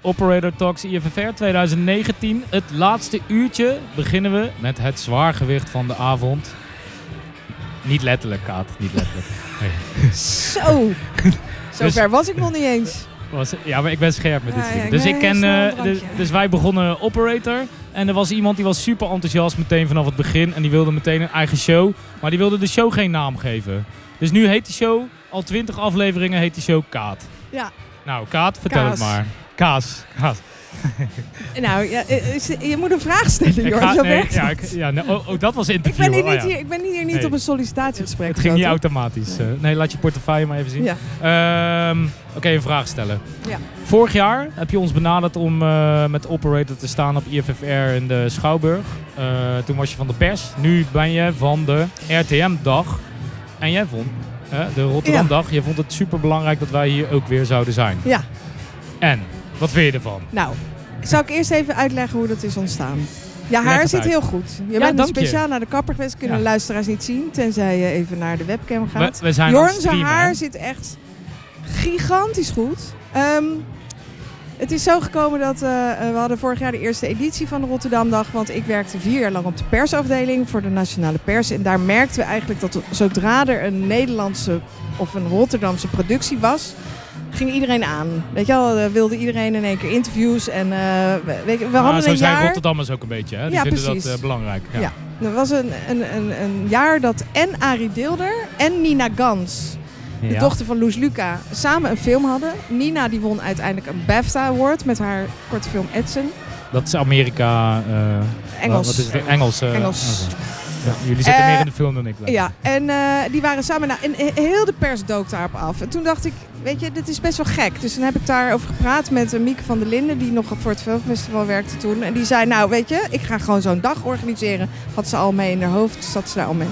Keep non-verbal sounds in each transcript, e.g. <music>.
Operator Talks IFFR 2019. Het laatste uurtje beginnen we met het zwaargewicht van de avond. Niet letterlijk, Kaat. Niet <laughs> letterlijk. Zo! <laughs> Zover Dus- ver was ik nog niet eens. Was, ja, maar ik ben scherp met dit Ja, soort ja, dingen. ik Dus ben ik heel ken... snel een eh, drankje. dus, dus wij begonnen Operator. En er was iemand die was super enthousiast meteen vanaf het begin. En die wilde meteen een eigen show. Maar die wilde de show geen naam geven. Dus nu heet die show... Al 20 afleveringen heet die show Kaat. Ja. Nou, Kaat, vertel Kaas. het maar. Kaas. Kaas. Nou, ja, eh, is- je moet een vraag stellen, Ik Jor. ga- zo nee, werkt ja, het. ik, ja, nee, oh, oh, dat was Ik interview. ben hier oh, niet, ja. hier, ik ben hier niet Nee. op een sollicitatiegesprek. Het ging niet zo, toch? automatisch. eh. nee, laat je portefeuille maar even zien. Ja. Ehm, Oké, een vraag stellen. Ja. Vorig jaar heb je ons benaderd om eh, met Operator te staan op IFFR in de Schouwburg. Eh, toen was je van de pers. Nu ben je van de RTM-dag. En jij vond, eh, de Rotterdam-dag, je vond het super belangrijk dat wij hier ook weer zouden zijn. Ja. En, wat vind je ervan? Nou, zal ik eerst even uitleggen hoe dat is ontstaan? Ja, Leg haar het zit uit. heel goed. Je dank bent dus je. speciaal naar de kapper geweest. Kunnen Ja. de luisteraars niet zien, tenzij je even naar de webcam We, gaat. we zijn aan het Jorn, zijn streamen. hè? haar zit echt gigantisch goed. Ehm, het is zo gekomen dat eh, eh, we hadden vorig jaar de eerste editie van de Rotterdamdag. Want ik werkte vier jaar lang op de persafdeling voor de nationale pers. En daar merkten we eigenlijk dat zodra er een Nederlandse of een Rotterdamse productie was, ging iedereen aan. Weet je wel, eh, wilde iedereen in één keer interviews. En eh, we- weet je, we Maar hadden Nou, zo een zijn jaar... Rotterdammers ook een beetje. Hè? Die Ja, vinden dat precies. eh, belangrijk. Ja. Ja. Er was een, een, een, een jaar dat en Arie Deelder en Nina Gans de Ja. dochter van Loes Luca, samen een film hadden. Nina die won uiteindelijk een BAFTA Award met haar korte film Edson. Dat is Amerika. eh, Engels. Wat is het? Engels. eh, Engels. oké. Ja, jullie zitten Eh, meer in de film dan ik. blijkbaar. Ja, en eh, die waren samen. Nou, en he- heel de pers dook daarop af. En toen dacht ik, weet je, dit is best wel gek. Dus dan heb ik daarover gepraat met eh, Mieke van der Linden, die nog voor het filmfestival werkte toen. En die zei, nou weet je, ik ga gewoon zo'n dag organiseren. Had ze al mee in haar hoofd, zat ze daar al mee.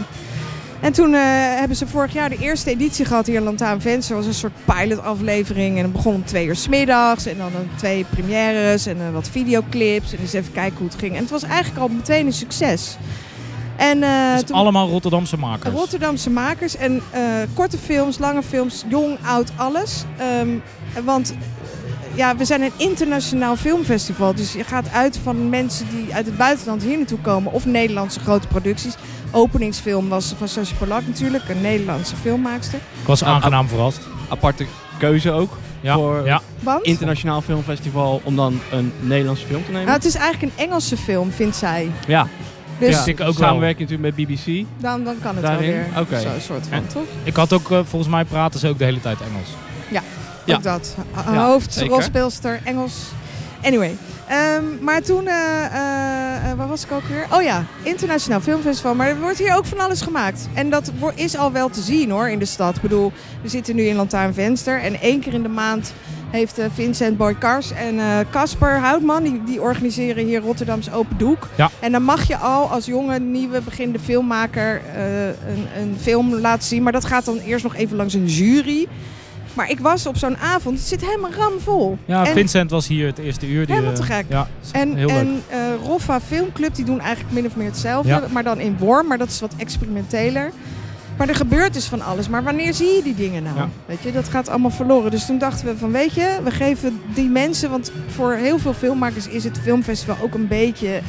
En toen eh, hebben ze vorig jaar de eerste editie gehad hier in Lantaan Vens. Er was een soort pilotaflevering. En het begon om twee uur 's middags En dan een, twee premières en eh, wat videoclips. En eens even kijken hoe het ging. En het was eigenlijk al meteen een succes. En, eh, Dus toen- allemaal Rotterdamse makers. Rotterdamse makers en eh, korte films, lange films, jong, oud, alles. Ehm, want eh, ja, we zijn een internationaal filmfestival. Dus je gaat uit van mensen die uit het buitenland hier naartoe komen. Of Nederlandse grote producties. Openingsfilm was van Sasha Polak natuurlijk, een Nederlandse filmmaakster. Ik Nou, was ah, aangenaam verrast. Aparte keuze ook. Ja, Voor ja. Want Internationaal Filmfestival om dan een Nederlandse film te nemen. nou, het is eigenlijk een Engelse film, vindt zij. ja, Dus Ja. ik ook wel. samenwerking natuurlijk met BBC. dan, dan kan het Daarin? wel weer. Oké. Zo'n soort van, En- toch? ik had ook, eh, volgens mij praten ze ook de hele tijd Engels. Ja. Ook dat. Ha- Ja, zeker. Hoofdrolspeelster, Engels. Anyway. Ehm, maar toen, eh, eh, eh, waar was ik ook weer? Oh ja, Internationaal Filmfestival. Maar er wordt hier ook van alles gemaakt. En dat wo- is al wel te zien hoor, in de stad. Ik bedoel, we zitten nu in Lantaarnvenster. En één keer in de maand heeft eh, Vincent Boykars en eh, Casper Houtman... Die, die organiseren hier Rotterdams Open Doek. Ja. En dan mag je al als jonge, nieuwe, beginnende filmmaker eh, een, een film laten zien. Maar dat gaat dan eerst nog even langs een jury. Maar ik was op zo'n avond, het zit helemaal ramvol. Ja, en, Vincent was hier het eerste uur. Die, Helemaal eh, te gek. Ja, En, heel leuk. en eh, Roffa Filmclub, die doen eigenlijk min of meer hetzelfde. Ja. Maar dan in Worm, maar dat is wat experimenteler. Maar er gebeurt dus van alles. Maar wanneer zie je die dingen nou? Ja. Weet je, dat gaat allemaal verloren. Dus toen dachten we van, weet je, we geven die mensen... Want voor heel veel filmmakers is het filmfestival ook een beetje...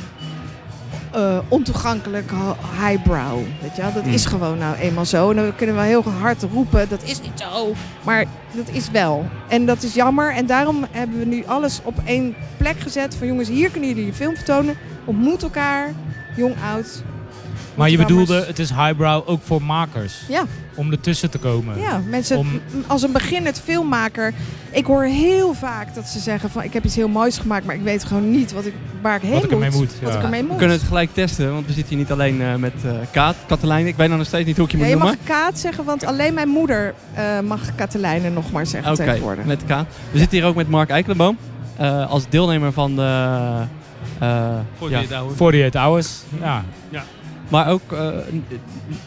eh, ontoegankelijk ho- highbrow. Weet je wel? Dat Mm. is gewoon nou eenmaal zo. En dan kunnen we heel hard roepen, dat is niet zo. Maar dat is wel. En dat is jammer. En daarom hebben we nu alles op één plek gezet. Van jongens, hier kunnen jullie je film vertonen. Ontmoet elkaar. Jong, oud. maar je Rotterdammers. bedoelde, het is highbrow ook voor makers. Ja. Om ertussen te komen. Ja, mensen Om- als een beginnend filmmaker. Ik hoor heel vaak dat ze zeggen van ik heb iets heel moois gemaakt. Maar ik weet gewoon niet wat ik, waar ik heen Wat ik ermee moet, Wat ja. ik ermee We moet. kunnen het gelijk testen, want we zitten hier niet alleen eh, met eh, Kaat, Katelijn. Ik weet nou nog steeds niet hoe ik je Ja, moet je mag noemen. Kaat zeggen, want alleen mijn moeder eh, mag Katelijne nog maar zeggen tegenwoordig. met Kaat. We zitten hier ook met Mark Eikelenboom eh, als deelnemer van de... eh, ja. 48 hours. Ja. Maar ook eh, n-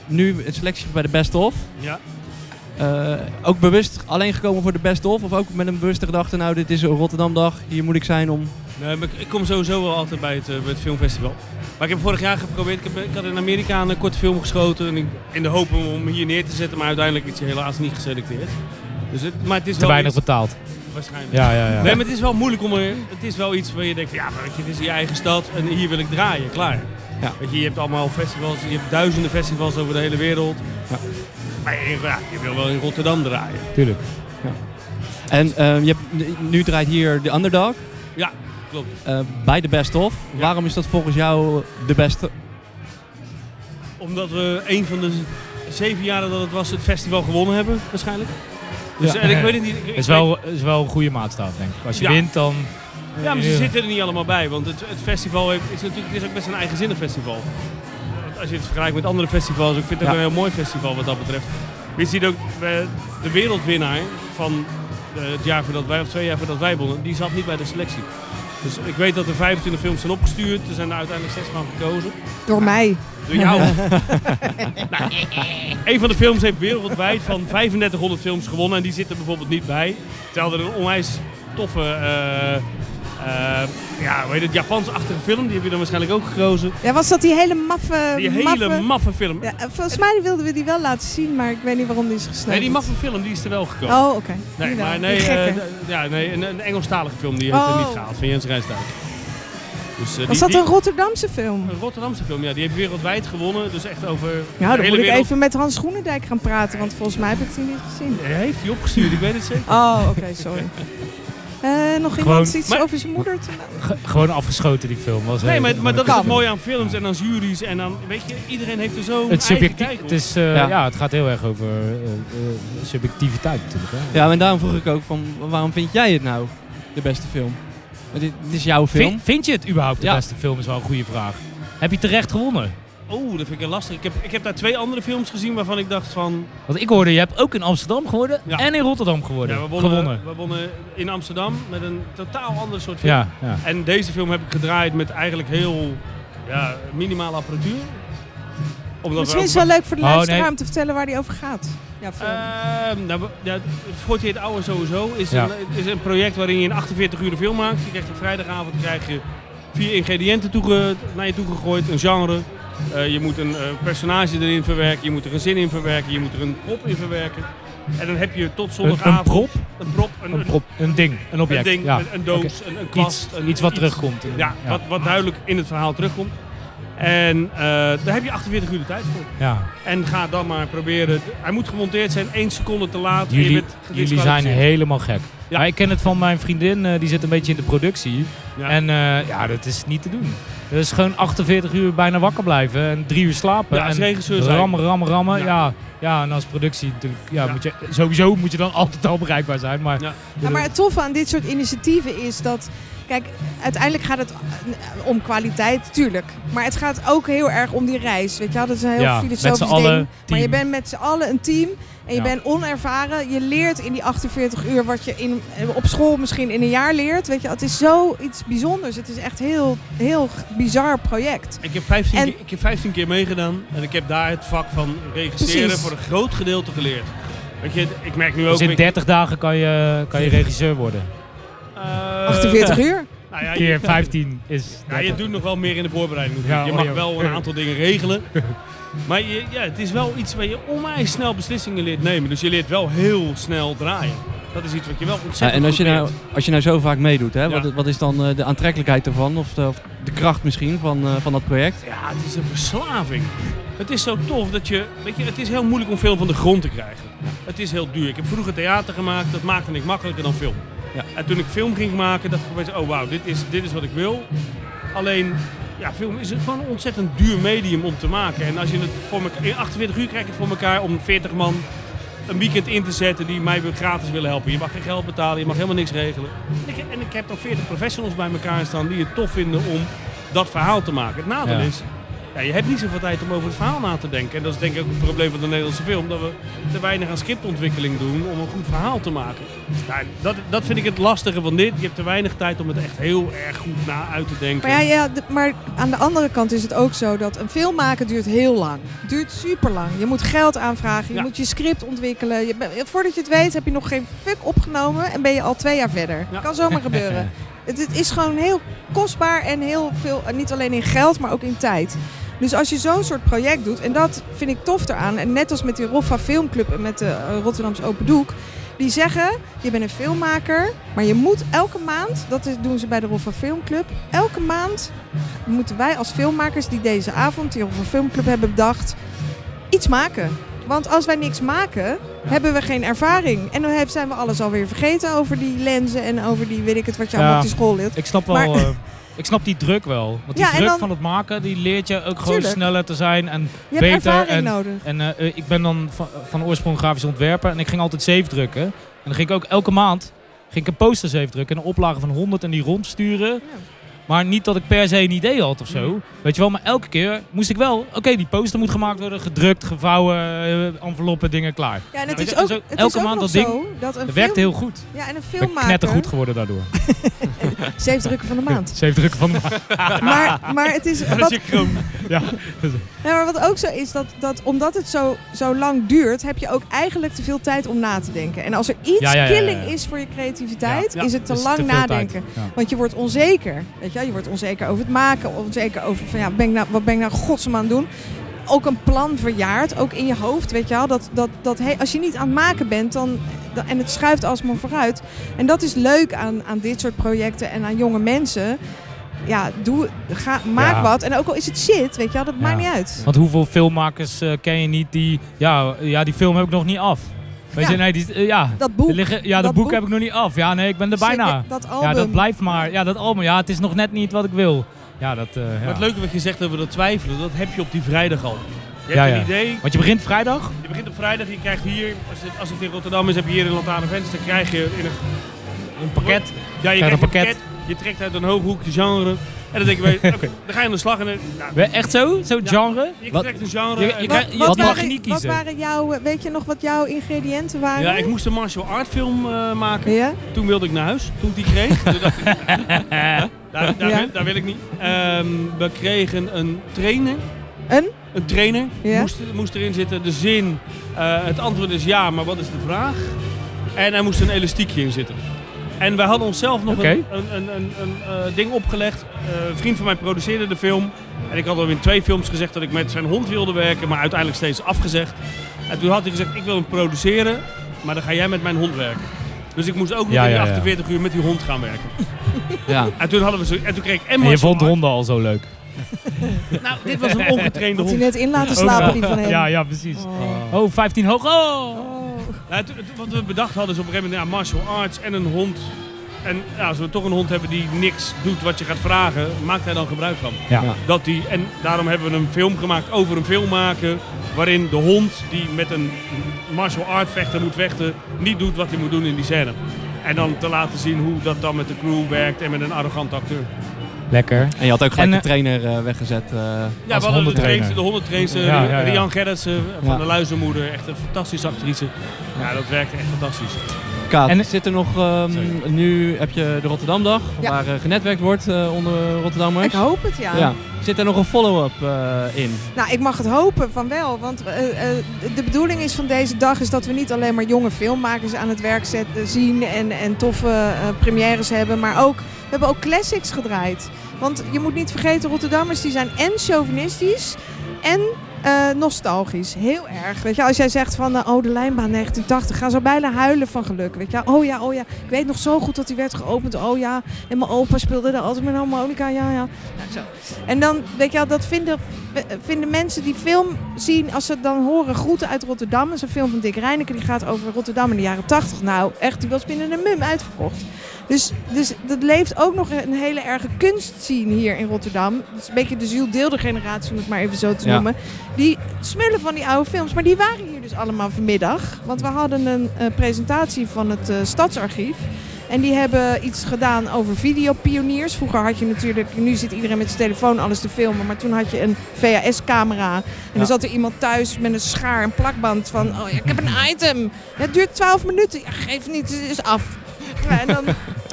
nu een selectie bij de Best Of. Ja. Eh, ook bewust alleen gekomen voor de Best Of? Of ook met een bewuste gedachte, nou dit is een Rotterdamdag, hier moet ik zijn om... Nee, maar ik, ik kom sowieso wel altijd bij het, eh, bij het filmfestival. Maar ik heb vorig jaar geprobeerd, ik, heb, ik had in Amerika een eh, korte film geschoten. En ik, in de hoop om hem hier neer te zetten, maar uiteindelijk is hij helaas niet geselecteerd. Dus het, maar het is Te wel weinig iets- betaald. te waarschijnlijk. Ja, ja, ja. Nee, maar het is wel moeilijk om er... Het is wel iets waar je denkt van, ja, maar weet je, het is je eigen stad en hier wil ik draaien, klaar. Ja. Weet je, je hebt allemaal festivals, je hebt duizenden festivals over de hele wereld. Ja. Maar je, ja, je wil wel in Rotterdam draaien. Tuurlijk. En ehm, je hebt, nu draait hier de underdog Ja, klopt. eh, bij de best of. Ja. Waarom is dat volgens jou de beste? Omdat we een van de zeven jaren dat het was het festival gewonnen hebben, waarschijnlijk. Dus, Ja. en ik weet het niet. ik- ik Is wel, is wel een goede maatstaf, denk ik. Als je Ja. wint, dan... weet- ja, maar ze zitten er niet allemaal bij. Want het, het festival heeft, is natuurlijk het is ook best een eigenzinnig festival. Als je het vergelijkt met andere festivals, ik vind het ook Ja. een heel mooi festival wat dat betreft. Je ziet ook eh, de wereldwinnaar van eh, het jaar voordat wij, of twee jaar voordat wij wonnen, die zat niet bij de selectie. Dus ik weet dat er 25 films zijn opgestuurd, er zijn er uiteindelijk zes van gekozen. Door mij. Door jou. Nou, een van de films heeft wereldwijd van 3500 films gewonnen en die zit er bijvoorbeeld niet bij. Terwijl er een onwijs toffe, eh, eh, ja, hoe heet het, Japans-achtige film, die heb je dan waarschijnlijk ook gekozen. Ja, was dat die hele maffe... Die hele Eh, maffe- maffe film. Ja, eh, volgens mij wilden we die wel laten zien, maar ik weet niet waarom die is gesneden. Nee, die maffe film die is er wel gekomen. Oh, oké. Die nee, wel. maar Die nee, gekke. eh, d- ja, nee een, een Engelstalige film die heeft er Oh. niet gehaald, van Jens Rijsdijk. Dus, eh, die- was dat die- een Rotterdamse film? een Rotterdamse film, ja, die heeft wereldwijd gewonnen. Dus echt over Nou, de dan hele moet ik wereld. even met Hans Groenendijk gaan praten, want volgens mij heb ik die niet gezien. Hij heeft die opgestuurd, ik weet het zeker. Oh, oké, <laughs> sorry. Eh, nog iemand iets maar- over zijn moeder te Ge- gewoon afgeschoten, die film. Was Nee, heel- maar, maar dat is Kan. het mooie aan films en aan juries en aan, weet je, iedereen heeft er zo'n Het, eigen subjecti- kijk op. het, is, eh, Ja. ja. het gaat heel erg over eh, eh, subjectiviteit natuurlijk. Hè? Ja, en daarom vroeg ik ook van waarom vind jij het nou de beste film? Want dit, dit is jouw film. Vind, vind je het überhaupt de Ja. beste film, is wel een goede vraag. Heb je terecht gewonnen? Oeh, Oh, dat vind ik lastig. Ik heb, ik heb daar twee andere films gezien waarvan ik dacht van... Want ik hoorde, je hebt ook in Amsterdam geworden Ja. en in Rotterdam geworden. Ja, we wonnen, gewonnen. we wonnen in Amsterdam met een totaal ander soort film. Ja, ja. En deze film heb ik gedraaid met eigenlijk heel ja, minimale apparatuur. Omdat Misschien we is ook- het wel leuk voor de Oh, luisteraar nee. om te vertellen waar die over gaat. Ja, film. Ehm, nou, we- ja, Voortje het Oude sowieso is, Ja. een, is een project waarin je in 48 uur een film maakt. Je krijgt op vrijdagavond krijg je vier ingrediënten toege, naar je toegegooid, een genre. Eh, je moet een eh, personage erin verwerken, je moet er een zin in verwerken, je moet er een prop in verwerken. En dan heb je tot Een, zondagavond een prop? een, prop, een, Een prop. Een ding, een een object. ding, ja. een, een doos, een, een kwast. Iets, een- iets wat terugkomt. Ja, Wat, wat duidelijk in het verhaal terugkomt. En eh, daar heb je 48 uur de tijd voor. Ja. En ga dan maar proberen. Hij moet gemonteerd zijn, één seconde te laat. en je Jullie, bent jullie zijn gedisqualificeerd. helemaal gek. Maar ik ken het van mijn vriendin, eh, die zit een beetje in de productie. Ja. En eh, ja, dat is niet te doen. Dus gewoon 48 uur bijna wakker blijven en drie uur slapen. Ja, als en regisseur zijn. rammen, rammen, rammen. Dus Ja. Ja. Ja. en als productie natuurlijk, ja, Ja. Moet je, sowieso moet je dan altijd al bereikbaar zijn. Maar, Ja. Ja, maar het toffe aan dit soort initiatieven is dat. Kijk, uiteindelijk gaat het eh, om kwaliteit, tuurlijk. Maar het gaat ook heel erg om die reis. Weet je wel, dat is een heel Ja, met filosofisch z'n ding. allen, Maar team. je bent met z'n allen een team. En je Ja. bent onervaren. Je leert in die 48 uur wat je in, eh, op school misschien in een jaar leert. Weet je, het is zoiets bijzonders. Het is echt heel, heel bizar project. Ik heb, 15 En- keer, ik heb 15 keer meegedaan en ik heb daar het vak van regisseren Precies. voor een groot gedeelte geleerd. Weet je, ik merk nu ook... dus in weet- 30 dagen kan je, kan je regisseur worden. eh, 48 uur. nou ja, Keer je- 15 is. Ja, je doet nog wel meer in de voorbereiding. Ja, je oh, mag ja. wel een aantal dingen <laughs> regelen. Maar je, ja, het is wel iets waar je onwijs snel beslissingen leert nemen. Dus je leert wel heel snel draaien. Dat is iets wat je wel Ja, ontzettend en als je, goed nou, leert. als je nou zo vaak meedoet, hè, Ja. wat, wat is dan eh, de aantrekkelijkheid ervan? Of de, of de kracht misschien van, eh, van dat <laughs> project? Ja, het is een verslaving. Het is zo tof dat je... Weet je, het is heel moeilijk om film van de grond te krijgen. Het is heel duur. Ik heb vroeger theater gemaakt. Dat maakte ik makkelijker dan film. Ja. En toen ik film ging maken, dacht ik opeens... Oh, wauw, dit is, dit is wat ik wil. Alleen, ja, film is gewoon een ontzettend duur medium om te maken. En als je het voor elkaar... In 48 uur krijg je het voor elkaar om 40 man een weekend in te zetten die mij weer gratis willen helpen. Je mag geen geld betalen, je mag helemaal niks regelen. En ik, en ik heb dan 40 professionals bij elkaar staan die het tof vinden om dat verhaal te maken. Het nadeel Ja. is, ja, je hebt niet zoveel tijd om over het verhaal na te denken. En dat is denk ik ook een probleem van de Nederlandse film, dat we te weinig aan scriptontwikkeling doen om een goed verhaal te maken. Nou, dat, dat vind ik het lastige van dit. Je hebt te weinig tijd om het echt heel erg goed na uit te denken. Maar, ja, ja, d- maar aan de andere kant is het ook zo dat een film maken duurt heel lang. Duurt super lang. Je moet geld aanvragen, je Ja. moet je script ontwikkelen. Je ben- voordat je het weet heb je nog geen fuck opgenomen en ben je al twee jaar verder. Ja. Kan zomaar <laughs> gebeuren. het, het is gewoon heel kostbaar en heel veel, en niet alleen in geld, maar ook in tijd. Dus als je zo'n soort project doet, en dat vind ik tof eraan. En net als met die Roffa Filmclub en met de eh, Rotterdamse Open Doek. Die zeggen, je bent een filmmaker, maar je moet elke maand, dat is, doen ze bij de Roffa Filmclub, elke maand moeten wij als filmmakers die deze avond die Roffa Filmclub hebben bedacht, iets maken. Want als wij niks maken, hebben we geen ervaring. En dan heb- zijn we alles alweer vergeten over die lenzen en over die, weet ik het, wat je Ja. allemaal op die school leert. Ik snap wel. Maar- eh, ik snap die druk wel. Want die Ja, en druk dan- van het maken, die leert je ook gewoon Tuurlijk. sneller te zijn. En, Je hebt Beter ervaring en- nodig. en eh, eh, ik ben dan van, van oorsprong grafisch ontwerper. En ik ging altijd save drukken. En dan ging ik ook elke maand ging ik een poster save drukken. En een oplage van 100 en die rondsturen. Maar niet dat ik per se een idee had of zo. Weet je wel, maar elke keer moest ik wel... Oké, die poster moet gemaakt worden. Gedrukt, gevouwen, eh, enveloppen, dingen klaar. Ja, en het weet is je, ook, zo- het is elke ook maand nog dat ding- zo dat een Dat werkte film- heel goed. ja, en een Ik ben filmmaker... knettergoed geworden <laughs> daardoor. Zeven drukken van de maand. Save drukken van de maand. maar, maar het is... Dat wat- is je kroon. Ja, maar wat ook zo is, dat, dat omdat het zo, zo lang duurt, heb je ook eigenlijk te veel tijd om na te denken. En als er iets Ja, ja, ja, ja, killing ja. is voor je creativiteit, Ja, ja. is het te Dus lang veel tijd. nadenken. Ja. Want je wordt onzeker. Weet je, wel? je wordt onzeker over het maken, onzeker over van ja, ben ik nou, wat ben ik nou godsnaam aan het doen. Ook een plan verjaart, ook in je hoofd, weet je wel. Dat, dat, dat, he- als je niet aan het maken bent dan, dan- en het schuift alsmaar vooruit. En dat is leuk aan, aan dit soort projecten en aan jonge mensen. Ja, doe, ga, maak Ja. wat. En ook al is het shit, weet je wel, dat Ja. maakt niet uit. Want hoeveel filmmakers eh, ken je niet die... Ja, ja, die film heb ik nog niet af. Weet Ja. je, nee, die, eh, ja. Dat Er boek. liggen, ja, dat, dat boek, boek. heb ik nog niet af. Ja, nee, ik ben er bijna. Dat album. Ja, dat blijft maar. Ja, dat album. Ja, het is nog net niet wat ik wil. Ja, dat... eh, ja. Maar het leuke wat je zegt over dat twijfelen, dat heb je op die vrijdag al. Je hebt Ja, een ja. idee, Want je begint vrijdag. je begint op vrijdag, je krijgt hier, als het, als het in Rotterdam is, heb je hier een lantaarnvenster, dan krijg je in een Een pakket. Ja, Verder je krijgt een pakket. pakket. Je trekt uit een hooghoek je genre. En dan denk je, bij- <laughs> oké, dan ga je aan de slag. En, dan- nou, We- Echt zo? Zo'n Ja. genre? je Wat- trekt een genre. Je- je en- krijgt- Wat, je wat mag waren, niet wat kiezen. waren jouw, eh, weet je nog wat jouw ingrediënten waren? ja, ik moest een martial art film eh, maken. Ja? Toen wilde ik naar huis, toen ik die kreeg. Toen dacht ik, <laughs> daar, daar, Ja. wil, daar wil ik niet. Ehm, we kregen een trainer. Een? Een trainer. Ja. Moest, moest erin zitten. De zin, eh, het antwoord is ja, maar wat is de vraag? En er moest een elastiekje in zitten. En wij hadden onszelf nog Oké. een, een, een, een, een, eh, ding opgelegd. Eh, een vriend van mij produceerde de film. En ik had al in twee films gezegd dat ik met zijn hond wilde werken, maar uiteindelijk steeds afgezegd. En toen had hij gezegd, ik wil hem produceren, maar dan ga jij met mijn hond werken. Dus ik moest ook nog Ja, in die ja, ja. 48 uur met die hond gaan werken. Ja. En toen, hadden we zo, en toen kreeg ik en En je martial vond art. honden al zo leuk. Nou, dit was een <laughs> ongetrainde Had hij hond. net in laten Ook slapen, wel. die van hem? Ja, ja, precies. Oh. Oh, 15 hoog. Oh! Oh. Nou, toen- toen- wat we bedacht hadden is op een gegeven moment ja, martial arts en een hond. En ja, als we toch een hond hebben die niks doet wat je gaat vragen, maakt hij dan gebruik van. Ja. Ja. Dat die, en daarom hebben we een film gemaakt over een filmmaker. Waarin de hond die met een martial art vechter moet vechten, niet doet wat hij moet doen in die scène. En dan te laten zien hoe dat dan met de crew werkt en met een arrogante acteur. Lekker. En je had ook gelijk En, de trainer eh, weggezet. eh. Ja, Als we hadden de, hondentrainer. trains, de hondentrainster, eh, Ja, ja, ja. Rian Gerritsen van Ja. de Luizenmoeder. Echt een fantastische actrice. Ja, dat werkte echt fantastisch. Kaat, En- en zit er nog... ehm, Sorry. nu heb je de Rotterdamdag, Ja. waar eh, genetwerkt wordt eh, onder Rotterdammers. Oh. Ik hoop het, ja. Ja. Zit er nog een follow-up eh, in? Nou, ik mag het hopen van wel. Want eh, eh, de bedoeling is van deze dag is dat we niet alleen maar jonge filmmakers aan het werk zetten, zien en, en toffe eh, premières hebben. Maar ook, we hebben ook classics gedraaid. Want je moet niet vergeten, Rotterdammers die zijn en chauvinistisch en eh, nostalgisch. Heel erg. Weet je, als jij zegt van, eh, oh de lijnbaan 1980, gaan ze bijna huilen van geluk. Weet je, oh ja, oh ja. Ik weet nog zo goed dat die werd geopend. Oh ja, en mijn opa speelde daar altijd met een harmonica. Ja, ja. Nou, zo. En dan, weet je wel, dat vinden, vinden mensen die film zien, als ze het dan horen, Groeten uit Rotterdam. Dat is een film van Dick Reineken, die gaat over Rotterdam in de jaren 80. Nou, echt, die was binnen een mum uitverkocht. Dus, dus dat leeft ook nog een hele erge kunstscene hier in Rotterdam. Dat is een beetje de zieldeelde generatie, om het maar even zo te Ja. noemen. Die smullen van die oude films, maar die waren hier dus allemaal vanmiddag. Want we hadden een eh, presentatie van het eh, Stadsarchief. En die hebben iets gedaan over videopioniers. Vroeger had je natuurlijk, nu zit iedereen met zijn telefoon alles te filmen. Maar toen had je een VHS-camera. En dan zat er iemand thuis met een schaar en plakband van, oh ja, ik heb een item. Ja, het duurt 12 minuten. Ja, geef niet, het is af. Ja, en dan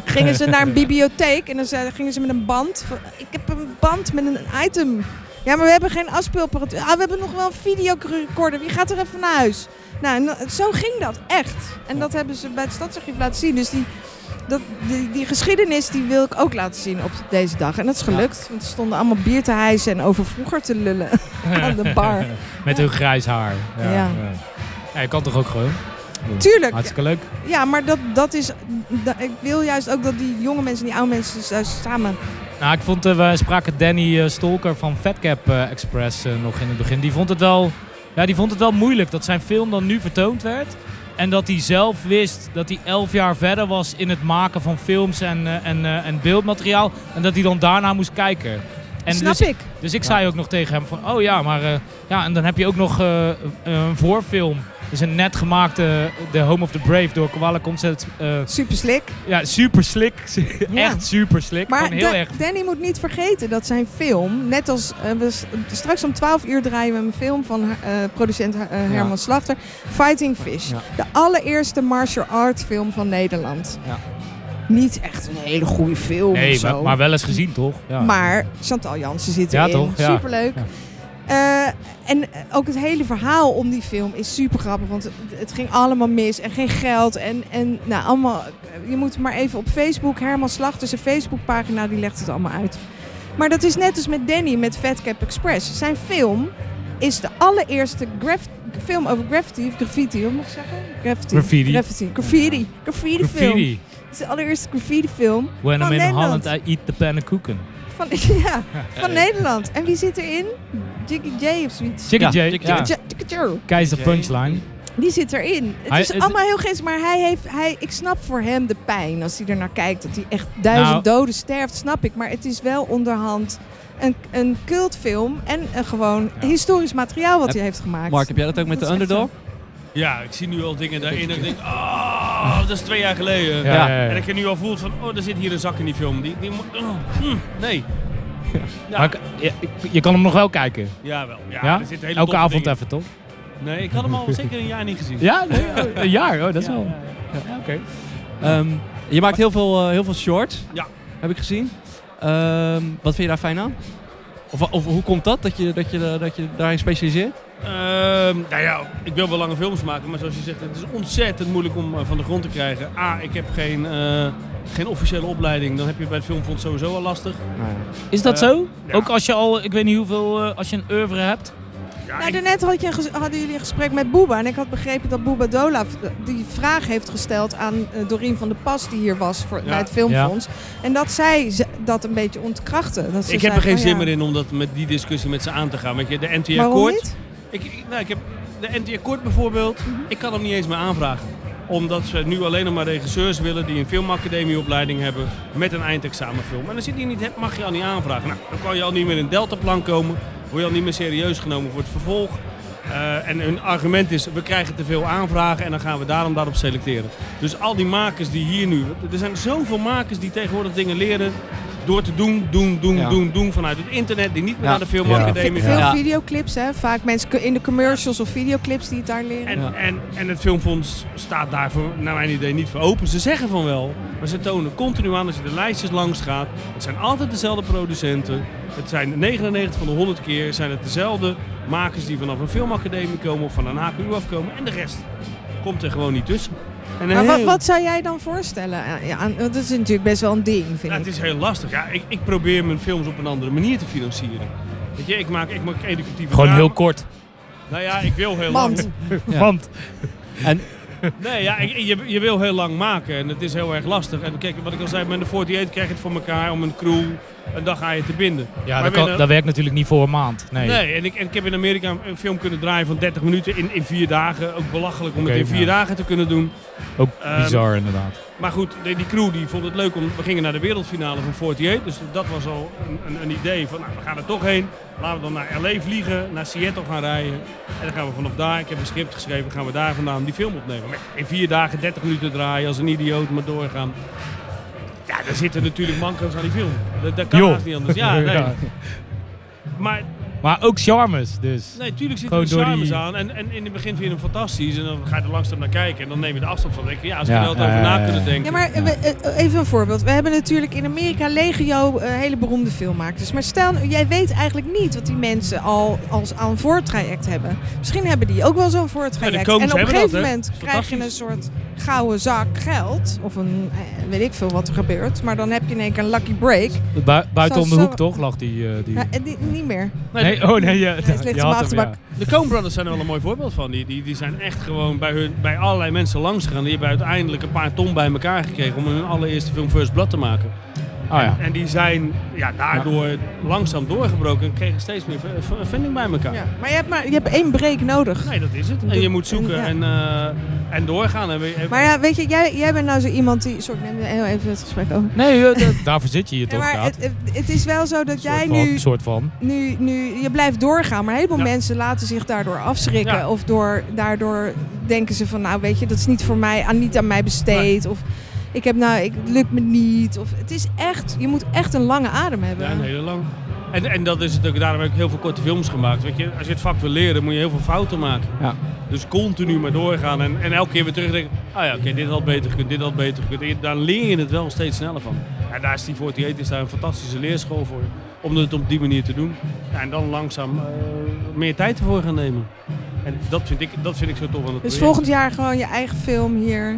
gingen ze naar een bibliotheek en dan zeiden- gingen ze met een band. Van, ik heb een band met een item. Ja, maar we hebben geen afspeelapparatuur. Ah, we hebben nog wel een videorecorder. Wie gaat er even naar huis? Nou, en dan- zo ging dat, echt. En dat hebben ze bij het Stadsarchief laten zien. Dus die, dat, die, die geschiedenis die wil ik ook laten zien op deze dag. En dat is gelukt, want er stonden allemaal bier te hijsen en over vroeger te lullen <laughs> aan de bar. <laughs> Met hun grijs haar. Ja. Ja. Ja. Ja, je kan toch ook gewoon. doen. Tuurlijk. Hartstikke leuk. Ja, maar dat, dat is. da- ik wil juist ook dat die jonge mensen en die oude mensen juist samen. Nou, ik vond, eh, we spraken Danny eh, Stolker van Fatcap eh, Express eh, nog in het begin. Die vond het, wel, ja, die vond het wel moeilijk dat zijn film dan nu vertoond werd. En dat hij zelf wist dat hij elf jaar verder was in het maken van films en, eh, en, eh, en beeldmateriaal. En dat hij dan daarna moest kijken. En snap dus, ik. dus ik zei ook nog tegen hem van, oh ja, maar eh, ja, en dan heb je ook nog eh, een voorfilm. Dus een net gemaakte eh, The Home of the Brave door Koala Concept. eh, Super slik. ja, super slick. <laughs> Echt super slick. Maar Gewoon heel Da- erg Danny moet niet vergeten dat zijn film, net als eh, we s- straks om 12 uur draaien we een film van eh, producent eh, Herman Ja. Slachter, Fighting Fish. Ja. De allereerste martial art film van Nederland. Ja. Niet echt een hele goede film of Nee, zo. maar, maar wel eens gezien toch? Ja. Maar Chantal Jansen zit Oh. Ja, erin. toch? Ja. Superleuk. Ja. Eh, en eh, ook het hele verhaal om die film is super grappig. Want het, het ging allemaal mis en geen geld. En, en nou, allemaal. Je moet maar even op Facebook. Herman Slachter, zijn Facebookpagina, die legt het allemaal uit. Maar dat is net als met Danny met Fatcap Express. Zijn film is de allereerste graf- film over graffiti. Of graffiti, hoe moet ik zeggen? Graffiti. Graffiti. Graffiti. Graffiti. Graffiti film. graffiti. Het is de allereerste graffiti film When Van I'm in Nederland. Holland, I eat the pannenkoeken. van, <laughs> ja, van Nederland. En wie zit erin? Jiggy J of zoiets. Chicken Ja, Jay, Chicken ja. Jay. Ja, Jiggy J. Keizer Jay. Punchline. Die zit erin. Het Hij- is het- allemaal heel geest, maar hij heeft, hij, ik snap voor hem de pijn als hij er naar kijkt. Dat hij echt duizend Nou. doden sterft, snap ik. Maar het is wel onderhand een, een cultfilm en een gewoon Ja. historisch materiaal wat Heb- hij heeft gemaakt. Mark, heb jij dat ook met Dat de is echt underdog? Ja, ik zie nu al dingen daarin en ik denk, oh, dat is twee jaar Ja, geleden. Ja. ja, ja. En ik je nu al voelt van, oh, er zit hier een zak in die film. Die, die moet- oh, hm, nee. Ja, Maar ik- ja, ik- je kan hem nog wel kijken. jawel. Ja, Ja? Er zit hele Elke toffe avond dingen. even, toch? Nee, ik had hem al zeker een jaar niet gezien. Ja, nee, oh, een jaar. Oh, dat is Ja, wel... ja, ja. Ja, oké. Ehm, je maakt heel veel, eh, heel veel shorts. Ja. Heb ik gezien. Ehm, wat vind je daar fijn aan? Of, wa- of hoe komt dat, dat je, dat je, eh, dat je daarin specialiseert? Ehm, nou ja, ik wil wel lange films maken, maar zoals je zegt, het is ontzettend moeilijk om eh, van de grond te krijgen. A, ik heb geen, eh, geen officiële opleiding. Dan heb je bij het filmfonds sowieso al lastig. Nou Is dat Eh, zo? ja. Ook als je al, ik weet niet hoeveel, eh, als je een oeuvre hebt. Ja, Nou, ik- daarnet had je een ges- hadden jullie een gesprek met Booba. En ik had begrepen dat Booba Dola v- die vraag heeft gesteld aan eh, Dorien van der Pas, die hier was voor, Ja. bij het Filmfonds. En dat zij ze- dat een beetje ontkrachten. Dat ze ik heb zei er geen van, zin ja, meer in om dat met die discussie met ze aan te gaan. Weet je, de NTA Waarom Koort. niet? Ik, ik- nou, ik heb de NTA Koort bijvoorbeeld, Mhm. ik kan hem niet eens meer aanvragen. Omdat ze nu alleen nog maar regisseurs willen die een filmacademieopleiding hebben met een eindexamenfilm. En dan zit die niet, heb- mag je al niet aanvragen. Nou, dan kan je al niet meer in een deltaplan komen, word je al niet meer serieus genomen voor het vervolg. Eh, en hun argument is, we krijgen te veel aanvragen en dan gaan we daarom daarop selecteren. Dus al die makers die hier nu... Er zijn zoveel makers die tegenwoordig dingen leren door te doen, doen, doen, Ja. doen, doen vanuit het internet. Die niet meer Ja. naar de filmacademie Veel gaan. Ja. videoclips, hè? Vaak mensen in de commercials of videoclips die het daar leren. En, Ja. en, en het filmfonds staat daar voor, naar mijn idee niet voor open. Ze zeggen van wel, maar ze tonen continu aan als je de lijstjes langs gaat. Het zijn altijd dezelfde producenten. Het zijn 99 van de 100 keer zijn het dezelfde makers die vanaf een filmacademie komen of van een HKU afkomen. En de rest komt er gewoon niet tussen. En maar wat, heel- wat zou jij dan voorstellen? aan- ja, aan- want dat is natuurlijk best wel een ding, vind Ja, ik. het is heel lastig. Ja, ik, ik probeer mijn films op een andere manier te financieren. Weet je, ik maak, ik maak educatieve Gewoon heel dramen. kort. Nou ja, ik wil heel Want- lang. Ja. Want Nee, ja, ik- je, je wil heel lang maken en het is heel erg lastig. En kijk, wat ik al zei, met de 48 krijg je het voor elkaar om een crew een dag aan je te binden. ja, Maar dat, kan, binnen- dat werkt natuurlijk niet voor een maand. Nee. Nee, en ik, en ik heb in Amerika een- een film kunnen draaien van 30 minuten in, in vier dagen. Ook belachelijk om Oké, het in vier ja. dagen te kunnen doen. Ook Ehm, bizar inderdaad. Maar goed, die, die crew die vond het leuk, om, we gingen naar de wereldfinale van 48. Dus dat was al een, een, een idee van, nou, we gaan er toch heen. Laten we dan naar L.A. vliegen, naar Seattle gaan rijden. En dan gaan we vanaf daar, ik heb een script geschreven, gaan we daar vandaan die film opnemen. Maar in vier dagen 30 minuten draaien als een idioot, maar doorgaan. Ja, daar zitten natuurlijk manco's aan die film. Dat, dat kan Joh. haast niet <laughs> anders. Ja, nee. Ja. Maar Maar ook charmes dus. Nee, tuurlijk zitten Gewoon er door charmes die- aan. En, en in het begin vind je hem fantastisch. En dan ga je er langzaam naar kijken. En dan neem je de afstand van. Denk je, ja, als ik Ja, er altijd over ja, na ja, ja. kunnen denken. Ja, maar eh, we- eh, even een voorbeeld. We hebben natuurlijk in Amerika legio eh, hele beroemde filmmakers. Maar stel, nu, jij weet eigenlijk niet wat die mensen al als aan een voortraject hebben. Misschien hebben die ook wel zo'n Ja, voortraject. de Coens en op een hebben gegeven dat, hè. moment krijg je een Fantastisch. soort gouden zak geld. Of een, eh, weet ik veel wat er gebeurt. Maar dan heb je in één keer een lucky break. Bu- buiten om de zo- hoek toch lag die... eh, die... Ja, en die, niet meer. Nee, Nee, Nee, oh nee, je, is licht je had hem, smaaktabak. ja. De Coen Brothers zijn er wel een mooi voorbeeld van. Die, die, die zijn echt gewoon bij, hun, bij allerlei mensen langs gegaan. Die hebben uiteindelijk een paar ton bij elkaar gekregen om hun allereerste film First Blood te maken. Oh ja. En die zijn ja, daardoor langzaam doorgebroken en kregen steeds meer v- v- funding bij elkaar. Ja. Maar, je hebt maar je hebt één break nodig. Nee, dat is het. En je moet zoeken Ja. en, eh, en doorgaan. En, we- en- Maar ja, weet je, jij, jij bent nou zo iemand die... Sorry, ik neem heel even het gesprek over. Nee, eh, d- <laughs> daarvoor zit je hier Ja, toch, maar Kaat? het, het- het is wel zo dat jij soort van, nu, soort van. nu, nu... Je blijft doorgaan, maar een heleboel Ja. mensen laten zich daardoor afschrikken. Ja. Of door, daardoor denken ze van, nou weet je, dat is niet voor mij, aan, niet aan mij besteed. Of ik heb nou, ik het lukt me niet. Of het is echt, je moet echt een lange adem hebben. Ja, een hele lang. En, en dat is het ook, daarom heb ik heel veel korte films gemaakt. Weet je, als je het vak wil leren, moet je heel veel fouten maken. Ja. Dus continu maar doorgaan en, en elke keer weer terugdenken. Ah ja, oké, dit had beter gekund, dit had beter gekund. En Daar leer je het wel steeds sneller van. En daar is die 48 is daar een fantastische leerschool voor. Om het op die manier te doen. Ja, en dan langzaam eh, meer tijd ervoor gaan nemen. En dat vind ik, dat vind ik zo tof aan het Dus project. volgend jaar gewoon je eigen film hier.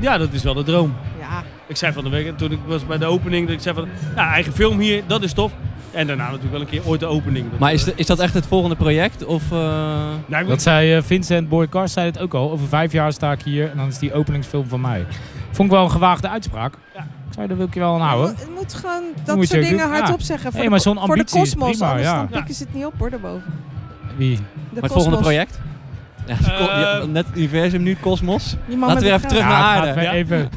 Ja, dat is wel de droom. Ja, Ik zei van de week, toen ik was bij de opening, dat ik zei van, ja, eigen film hier, dat is tof. En daarna natuurlijk wel een keer ooit de opening. Dat- Maar is, de- is dat echt het volgende project? Of, eh, Nou, ik- Dat zei eh, Vincent Boycars zei het ook al. Over vijf jaar sta ik hier en dan is die openingsfilm van mij. Vond ik wel een gewaagde uitspraak. Ja. Ik zei, daar wil ik je wel aan houden. Het moet gewoon dat Nou, Moet je soort ook dingen doen, hardop ja. zeggen. Voor, Nee, maar de, zo'n voor de ambitie is kosmos, prima, anders ja. dan Ja. pikken ze het niet op hoor, daarboven. Wie? De maar het volgende kosmos. project? Ja, het ko- Eh, ja, net het universum, nu Cosmos. Die man Laten met we de even vraag. terug. naar het aarde, gaat weer ja. Even.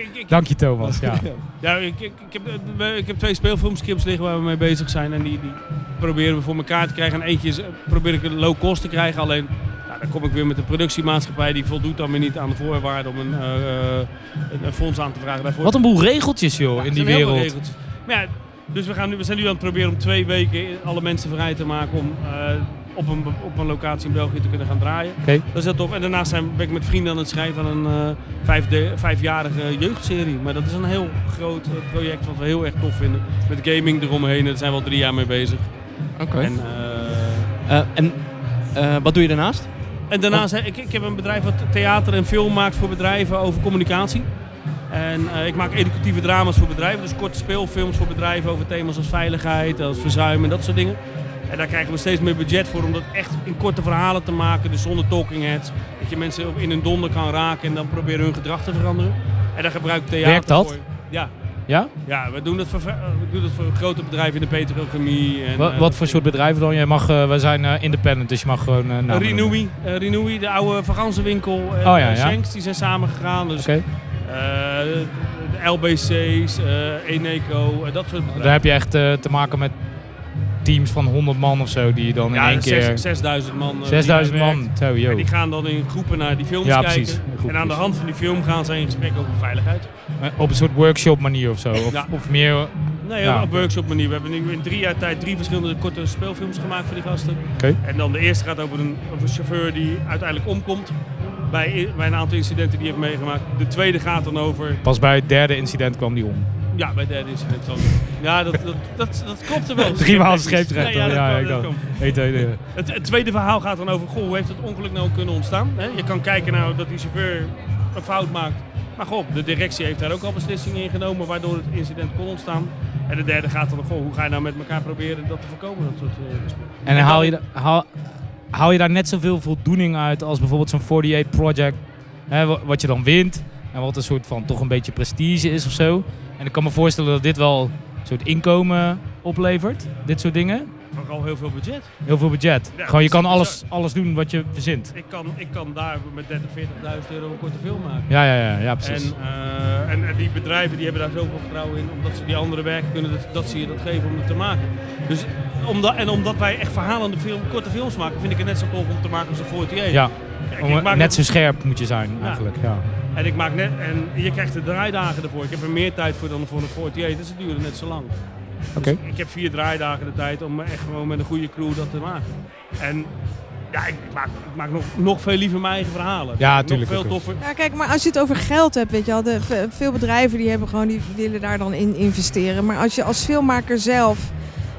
ik- ik- Dank je, Thomas. <laughs> Ja. Ja, ik, ik, ik, heb, eh, ik heb twee speelfilmscripts liggen waar we mee bezig zijn. En die, die proberen we voor elkaar te krijgen. En eentje is, eh, probeer ik een low cost te krijgen. Alleen ja, dan kom ik weer met een productiemaatschappij. Die voldoet dan weer niet aan de voorwaarden om een, eh, eh, een, een fonds aan te vragen daarvoor. Wat een boel regeltjes, joh, Ja, in er die zijn heel veel wereld. regels. Maar ja, dus we, gaan nu, we zijn nu aan het proberen om twee weken alle mensen vrij te maken om eh, op, een, op een locatie in België te kunnen gaan draaien. Oké. Dat is heel tof. En daarnaast zijn, ben ik met vrienden aan het schrijven aan een eh, vijfde, vijfjarige jeugdserie. Maar dat is een heel groot eh, project wat we heel erg tof vinden. Met gaming eromheen, daar zijn we al drie jaar mee bezig. Oké. En, eh, Eh, en eh, wat doe je daarnaast? en Oh. daarnaast, eh, ik, ik heb een bedrijf wat theater en film maakt voor bedrijven over communicatie. En eh, ik maak educatieve drama's voor bedrijven, dus korte speelfilms voor bedrijven over thema's als veiligheid, als verzuim en dat soort dingen. En daar krijgen we steeds meer budget voor om dat echt in korte verhalen te maken, dus zonder talking heads. Dat je mensen op- in hun donder kan raken en dan proberen hun gedrag te veranderen. En daar gebruik ik theater Werkt dat? voor. Ja, Ja? ja we, doen dat voor, ver- eh, we doen dat voor grote bedrijven in de petrochemie. En, Wat, eh, wat voor soort bedrijven dan? Jij mag, eh, wij zijn eh, independent, dus je mag gewoon... eh, namen noemen. Renoui, eh Renoui, de oude vakantiewinkel en ja, ja. eh, Schenks, die zijn samen gegaan. Dus Oké, eh, de LBC's, eh, Eneco, eh, dat soort bedrijven. daar heb je echt eh, te maken met teams van 100 man of zo, die dan in ja, één keer... zes- 6000 man. eh, die 6000 daar man, werkt. zo, En joh. die gaan dan in groepen naar die films Ja, kijken. precies. In groepjes. En aan de hand van die film gaan zij in gesprek over veiligheid. Eh, Op een soort workshop manier of zo. Of, Ja. of meer... Nee, Ja. op workshop manier. We hebben nu in drie jaar tijd drie verschillende korte speelfilms gemaakt voor die gasten. Oké. En dan de eerste gaat over een, over een chauffeur die uiteindelijk omkomt. Bij, bij een aantal incidenten die hij heeft meegemaakt. De tweede gaat dan over Pas bij het derde incident kwam die om. Ja, bij derde incident van. Ja, dat, dat, dat, dat klopt er <laughs> wel. Drie maal scheepsrechter. Nee, Ja, dat ik klopt, dat dacht. klopt. Eén, twee, drie. Het, het tweede verhaal gaat dan over, goh, hoe heeft het ongeluk nou kunnen ontstaan? Hè, je kan kijken nou dat die chauffeur een fout maakt. Maar goh, de directie heeft daar ook al beslissingen in genomen waardoor het incident kon ontstaan. En de derde gaat dan, goh, hoe ga je nou met elkaar proberen dat te voorkomen? Dat soort eh, gesprekken. En haal je, da- haal, haal je daar net zoveel voldoening uit als bijvoorbeeld zo'n 48 Project, hè, wa- wat je dan wint en wat een soort van toch een beetje prestige is of zo. En ik kan me voorstellen dat dit wel een soort inkomen oplevert, dit soort dingen. Vooral heel veel budget. Heel veel budget. Ja, Gewoon je kan dat is alles, alles doen wat je verzint. Ik kan, ik kan daar met 30.000, 40.000 euro een korte film maken. Ja, ja, ja, ja En, precies. eh, en, en die bedrijven die hebben daar zoveel vertrouwen in, omdat ze die andere werken kunnen, dat, dat ze je dat geven om het te maken. Dus, omdat, en omdat wij echt verhalende film, korte films maken, vind ik het net zo tof om te maken als een 48. ja, Kijk, om- ik maak net net, zo scherp moet je zijn Ja. eigenlijk. Ja. en, ik maak net, en je krijgt de draaidagen ervoor. Ik heb er meer tijd voor dan voor een 48, dus het duurde net zo lang. Dus Oké. Ik heb vier draaidagen de tijd om echt gewoon met een goede crew dat te maken. En ja, ik, ik maak, ik maak nog, nog veel liever mijn eigen verhalen. Ja, Nog tuurlijk, Veel ook. toffer. Ja, kijk, maar als je het over geld hebt, weet je wel, de, ve- veel bedrijven die hebben gewoon, die willen daar dan in investeren. Maar als je als filmmaker zelf,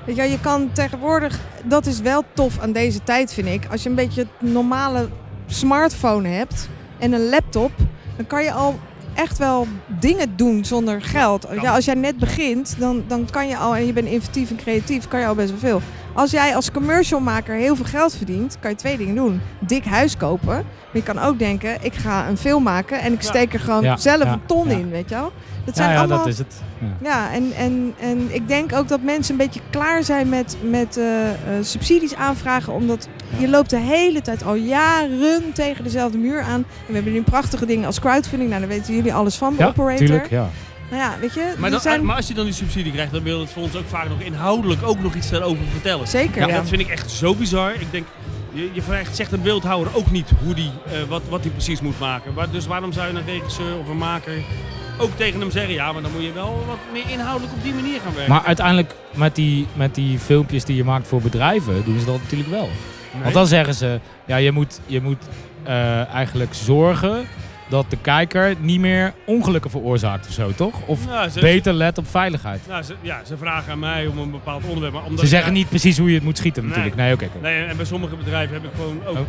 weet je wel, je kan tegenwoordig, dat is wel tof aan deze tijd, vind ik. Als je een beetje een normale smartphone hebt en een laptop, dan kan je al echt wel dingen doen zonder geld. Ja, als jij net begint, dan, dan kan je al, en je bent inventief en creatief, kan je al best wel veel. Als jij als commercialmaker heel veel geld verdient, kan je twee dingen doen. Dik huis kopen. Maar je kan ook denken, ik ga een film maken en ik Ja. steek er gewoon Ja, zelf ja, een ton ja. in, weet je wel. Dat zijn ja, ja, allemaal... dat is het. Ja. Ja, en, en, en ik denk ook dat mensen een beetje klaar zijn met, met eh, eh, subsidies aanvragen. Omdat Ja. je loopt de hele tijd al jaren tegen dezelfde muur aan. En we hebben nu prachtige dingen als crowdfunding. Nou, daar weten jullie alles van, de Ja, operator. tuurlijk, ja. Nou ja, weet je, Maar, er dan, zijn... maar als je dan die subsidie krijgt, dan wil het voor ons ook vaak nog inhoudelijk ook nog iets daarover vertellen. Zeker, En ja. Dat vind ik echt zo bizar. Ik denk, je, je vraagt, zegt een beeldhouwer ook niet hoe die, eh, wat, wat hij precies moet maken. Maar, dus waarom zou je een regisseur of een maker ook tegen hem zeggen, ja, maar dan moet je wel wat meer inhoudelijk op die manier gaan werken. Maar uiteindelijk, met die, met die filmpjes die je maakt voor bedrijven, doen ze dat natuurlijk wel. Want dan zeggen ze, ja, je moet, je moet eh, eigenlijk zorgen dat de kijker niet meer ongelukken veroorzaakt of zo, toch? Of Nou, ze- beter let op veiligheid. Nou, ze, ja, ze vragen aan mij om een bepaald onderwerp. Maar omdat Ze zeggen ja, niet precies hoe je het moet schieten Nee. natuurlijk. Nee, oké. oké. Nee, en bij sommige bedrijven heb ik gewoon ook. Oh.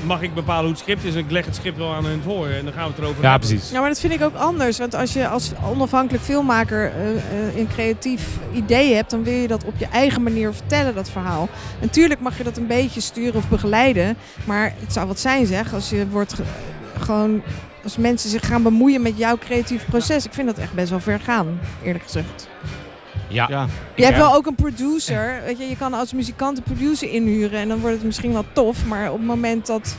be- mag ik bepalen hoe het script is en ik leg het script wel aan hen voor en dan gaan we het erover Ja, hebben. precies. Ja, maar dat vind ik ook anders. Want als je als onafhankelijk filmmaker eh, eh, een creatief idee hebt, dan wil je dat op je eigen manier vertellen, dat verhaal. Natuurlijk mag je dat een beetje sturen of begeleiden. Maar het zou wat zijn, zeg, als je wordt ge- gewoon. Als mensen zich gaan bemoeien met jouw creatief proces. Ik vind dat echt best wel ver gaan, eerlijk gezegd. Ja. Ja. Je hebt wel ook een producer. Weet je, je kan als muzikant een producer inhuren. En dan wordt het misschien wel tof. Maar op het moment dat...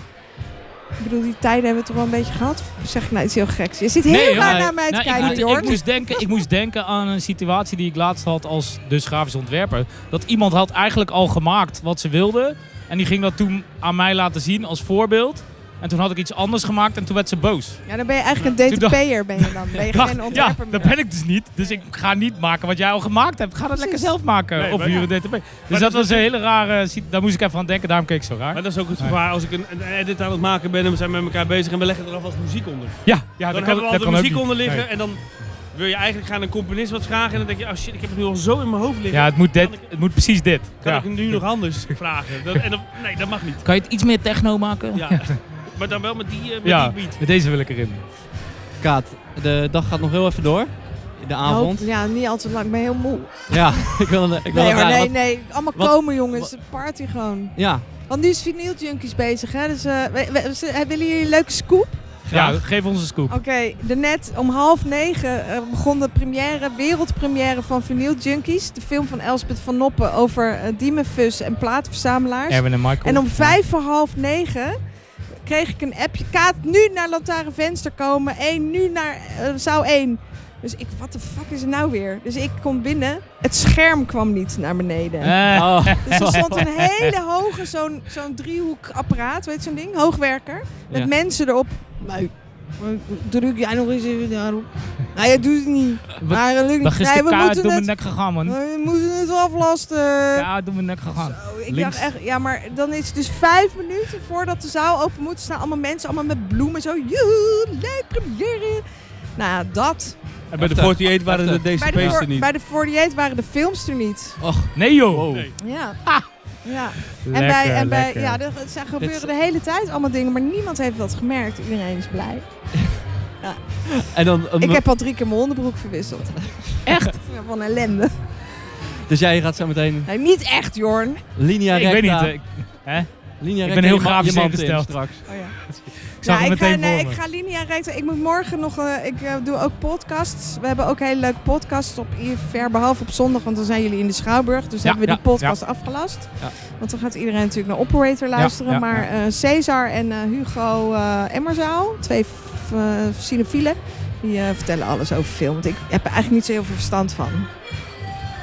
Ik bedoel, die tijden hebben we toch wel een beetje gehad? Of zeg ik nou iets heel geks? Je zit heel Nee, raar maar- naar mij te Nou, ik, kijken, moet- Jorn. ik, moest denken, ik moest denken aan een situatie die ik laatst had als dus grafisch ontwerper. Dat iemand had eigenlijk al gemaakt wat ze wilde. En die ging dat toen aan mij laten zien als voorbeeld. En toen had ik iets anders gemaakt en toen werd ze boos. Ja, dan ben je eigenlijk Ja. een Toen dacht- DTP'er ben je dan. Ben je Ik dacht, geen <laughs> ja, ontwerper dat meer. ben ik dus niet. Dus ik ga niet maken wat jij al gemaakt hebt. Ga dat Precies. lekker zelf maken. Nee, of maar- huren DTP. Dus Maar dat dat is- was een hele rare... sit- Daar moest ik even aan denken, daarom keek ik zo raar. Maar dat is ook het gevaar als ik een, een edit aan het maken ben en we zijn met elkaar bezig en we leggen er alvast muziek onder. Ja, ja dan dat kan, hebben dat we altijd kan ook muziek niet. onder liggen Nee. en dan wil je eigenlijk gaan een componist wat vragen en dan denk je, oh shit, ik heb het nu al zo in mijn hoofd liggen. Ja, het moet, dit, Kan ik- het moet precies dit. Kan ja. ik het nu nog anders <laughs> vragen? Dat, en dan, nee, dat mag niet. kan je het iets meer techno maken? <laughs> Ja. maar dan wel met die, eh, met Ja, die beat. met deze wil ik erin. Kaat, de dag gaat nog heel even door. De avond. Hoop- Ja, niet al te lang. Ik ben heel moe. Ja, <laughs> ik wil een, ik wil nee, een hoor, vraag. nee, Wat- nee. Allemaal wat- komen, jongens. De Party gewoon. Ja, Want nu is Vinyl Junkies bezig, hè. Dus, eh, we- we- ze- eh, willen jullie een leuke scoop? Ja, graag. geef ons een scoop. Oké, de net om half negen eh, begon de première, wereldpremière van Vinyl Junkies. De film van Elspeth van Noppen over eh, diemenfus en plaatverzamelaars. Erwin en Michael. En om vijf voor half negen kreeg ik een appje. Kaat, nu naar Lantaren Venster komen. Eén, nu naar eh, zaal 1. Dus ik, wat de fuck is er nou weer? Dus ik kom binnen. Het scherm kwam niet naar beneden. Eh, Oh, Dus er stond <laughs> een hele hoge, zo'n zo'n driehoekapparaat, weet je zo'n ding? Hoogwerker. Met Ja. mensen erop. Nou, druk jij nog eens even daarop. Nou, jij doet het niet. Maar dat lukt Dan niet. is Nee, de we kaart door moeten mijn het, Eh. nek gegaan, man. we moeten het aflasten. Kaart door mijn nek gegaan. Zo, ik Links. dacht echt, ja, maar dan is het dus vijf minuten voordat de zaal open moet, staan allemaal mensen allemaal met bloemen zo. Joehoe, leuk première. Nou ja, dat. En bij de 48 waren de Bij de, voor- bij de 48 waren de films er niet. och, Nee joh. wow. Nee. Ja. ja. Lekker, en bij, en bij lekker. ja, er, het zijn gebeuren Dit is- de hele tijd allemaal dingen, maar niemand heeft dat gemerkt. Iedereen is blij. En dan, eh, een- Ik heb al drie keer mijn onderbroek verwisseld. Echt? Ja, Van ellende. Dus jij gaat zo meteen Nee, niet echt, Jorn. linea Ik recta. weet niet. eh, Ik, linea ik recta ben heel je ma- je grafisch mand in ingesteld. straks. Oh ja. <laughs> ik zag ja, hem ik ga, meteen nee, voor ik me. ga linea recta. Ik moet morgen nog... eh, ik eh, doe ook podcasts. We hebben ook hele leuke podcasts op IFR. Behalve op zondag, want dan zijn jullie in de Schouwburg. Dus Ja, hebben we die ja, podcast afgelast. Ja. Want dan gaat iedereen natuurlijk naar Operator luisteren. ja, maar ja. eh, Cesar en eh, Hugo eh, Emmerzaal, twee f- eh, cinefielen... Die eh, vertellen alles over film. Want ik heb er eigenlijk niet zo heel veel verstand van.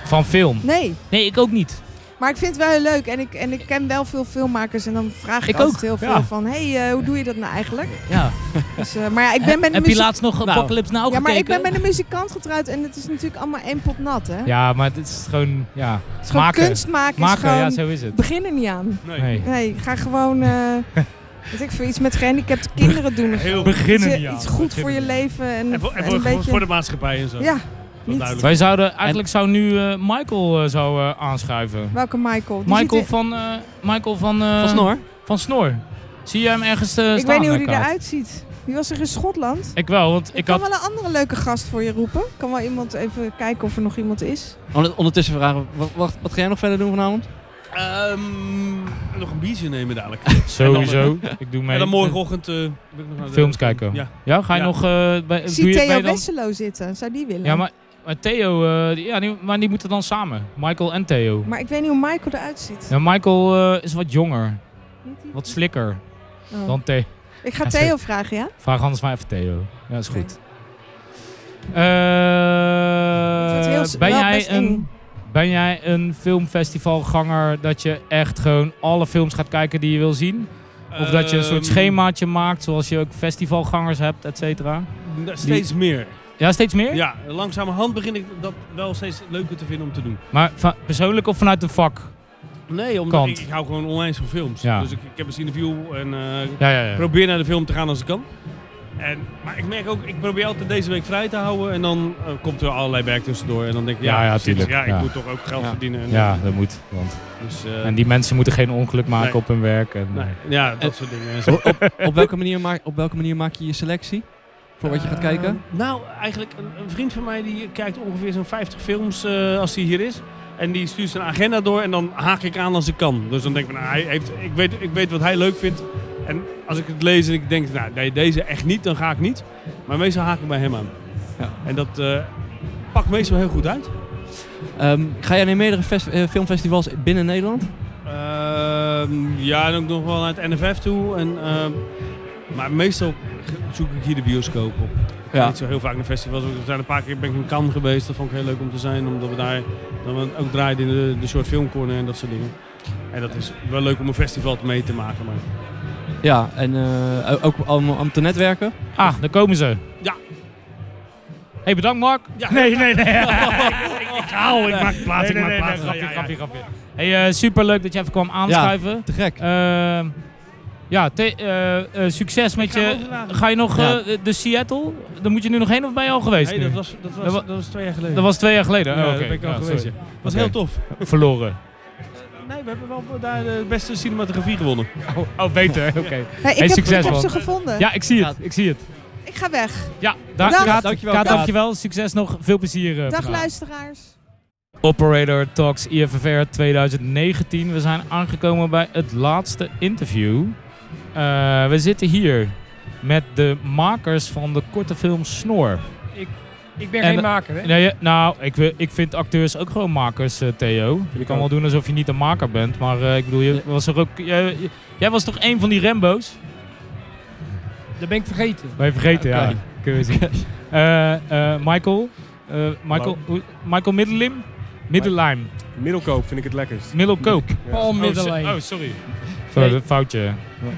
Van film. Nee. Nee, ik ook niet. Maar ik vind het wel heel leuk. En ik, en ik ken wel veel filmmakers. En dan vraag ik, Ik altijd ook, heel veel ja. van... Hé, hey, eh, hoe doe je dat nou eigenlijk? Ja. Dus, eh, maar ja, ik ben met de Heb je muziek... laatst nog Nou. Apocalypse Now Ja, maar ik gekeken? ben met een muzikant getrouwd en het is natuurlijk allemaal één pot nat, hè? Ja, maar het is gewoon... Ja. het is gewoon maken. kunst maken, is Maken, gewoon... ja, zo is het. Begin er niet aan. Nee. Nee, ga <laughs> gewoon... eh weet ik veel, iets met gehandicapte kinderen doen. of Heel Beginnen iets, niet aan. iets goed voor je Beginnen leven en, En voor, en en voor- een beetje... voor de maatschappij en zo. ja, niet- niet. duidelijk. Wij zouden... Eigenlijk zou nu eh, Michael eh, zou, eh, aanschuiven. Welke Michael? Die zit Michael in- van... eh, Michael van... eh, Van Snor? Van Snor. Zie jij hem ergens eh, ik staan? weet niet hoe die Kaat? eruit ziet. Wie was er in Schotland? Ik wel, want Ik ik kan had... wel een andere leuke gast voor je roepen. Kan wel iemand even kijken of er nog iemand is. Ondert- Ondertussen vragen, we- wa- wacht, wat ga jij nog verder doen <laughs> vanavond? Ehm, nog een biertje nemen dadelijk. Sowieso, ik doe mee. En dan morgenochtend... eh, wil ik nog naar de- Films kijken. Ja. Ja, ga je Ja. nog... eh bij, Ik doe zie je, ben Theo je dan- Wesselo zitten. Zou die willen? Ja, maar, maar Theo... eh, die- ja, die- maar die moeten dan samen. Michael en Theo. Maar ik weet niet hoe Michael eruit ziet. Ja, Michael eh, is wat jonger. Niet die? Wat slikker Oh. dan Theo. Ik ga Ja, Theo zeker. vragen, ja? Vraag anders maar even Theo. Ja, is goed. Het wordt Eh, heel s- ben, wel jij best een, eng. ben jij een filmfestivalganger dat je echt gewoon alle films gaat kijken die je wil zien? Of dat je een soort Ehm, schemaatje maakt, zoals je ook festivalgangers hebt, et cetera? n- Steeds meer. Ja, steeds meer? Ja, langzamerhand begin ik dat wel steeds leuker te vinden om te doen. Maar va- persoonlijk of vanuit een vak? Nee, omdat Kant. ik, ik hou gewoon onwijs van films. Ja. Dus ik, ik heb een interview en eh, Ja, ja, ja. probeer naar de film te gaan als ik kan. En, maar ik merk ook, ik probeer altijd deze week vrij te houden. En dan eh, komt er allerlei werk tussendoor. En dan denk ik, ja, Ja, ja, precies, tuurlijk, Ja, ik ja. moet toch ook geld Ja. verdienen. En, Ja, dat moet. Want. Dus, eh, En die mensen moeten geen ongeluk maken Nee. op hun werk. En, nee, eh, ja, dat En- soort dingen. En zo. op, op, op welke manier maak, op welke manier maak je je selectie? Voor wat je gaat kijken? Nou, eigenlijk een, een vriend van mij die kijkt ongeveer zo'n 50 films eh, als hij hier is. En die stuurt zijn agenda door en dan haak ik aan als ik kan. Dus dan denk ik, van, nou, hij heeft, ik, weet, ik weet wat hij leuk vindt. En als ik het lees en ik denk, nou, nee, deze echt niet, dan ga ik niet. Maar meestal haak ik bij hem aan. Ja. En dat eh, pakt meestal heel goed uit. Ehm, ga jij naar meerdere fest- eh, filmfestivals binnen Nederland? Ehm, ja, en ook nog wel naar het NFF toe. En, ehm, maar meestal zoek ik hier de bioscoop op. Ja. Niet zo heel vaak naar festivals. We zijn een paar keer ben ik in Cannes geweest. Dat vond ik heel leuk om te zijn. Omdat we daar dan ook draaiden in de, de short filmcorner en dat soort dingen. En dat is wel leuk om een festival mee te maken. Maar Ja, en eh, ook om, om te netwerken. Ah, daar komen ze. Ja. hey, bedankt Mark. Ja. Nee, nee, nee. hou, <laughs> ik maak plaats, Nee, nee, nee, nee, grapje, grapje, grapje. Hey, super leuk dat je even kwam aanschuiven. Te gek. Ja, ja te- eh, eh, succes met ga hem je. overdragen. Ga je nog Ja. eh, de Seattle? Daar moet je nu nog heen of ben je al geweest? Nee, nu? dat was, dat, was, Dat wa- dat was twee jaar geleden. Dat was twee jaar geleden. Ja, Oh, daar oké. ben ik al Ja, geweest. sorry. Dat was Oké. heel tof. <laughs> Verloren. Nee, we hebben wel daar de beste cinematografie gewonnen. Oh, oh, beter. Oké. Hey, ik, Hey, heb, succes, ik heb man. ze gevonden. Ja, ik zie het. Ik zie het. Ik ga weg. Ja, daar, Dag. Kaat, Dankjewel, Kaat, Kaat. dankjewel. Succes nog. Veel plezier. eh, Dag vanavond. luisteraars. Operator Talks IFFR 2019. We zijn aangekomen bij het laatste interview. Eh, we zitten hier met de makers van de korte film Snor. Ik ben En- geen maker, hè? Nee, nou, ik, wi- ik vind acteurs ook gewoon makers, eh, Theo. Je ik kan ook. wel doen alsof je niet een maker bent, maar eh, ik bedoel, je was er ook, jij, jij was toch een van die Rambo's? Dat ben ik vergeten. Ben je vergeten, Oké. ja. Kun je zien. Eh, eh, Michael, eh, Michael, Hallo. hoe- Michael Middelim? Middelheim. Middelkoop vind ik het lekkerst. Middelkoop. Paul Oh, Middeleeuw. so- oh, sorry. Sorry, dat foutje.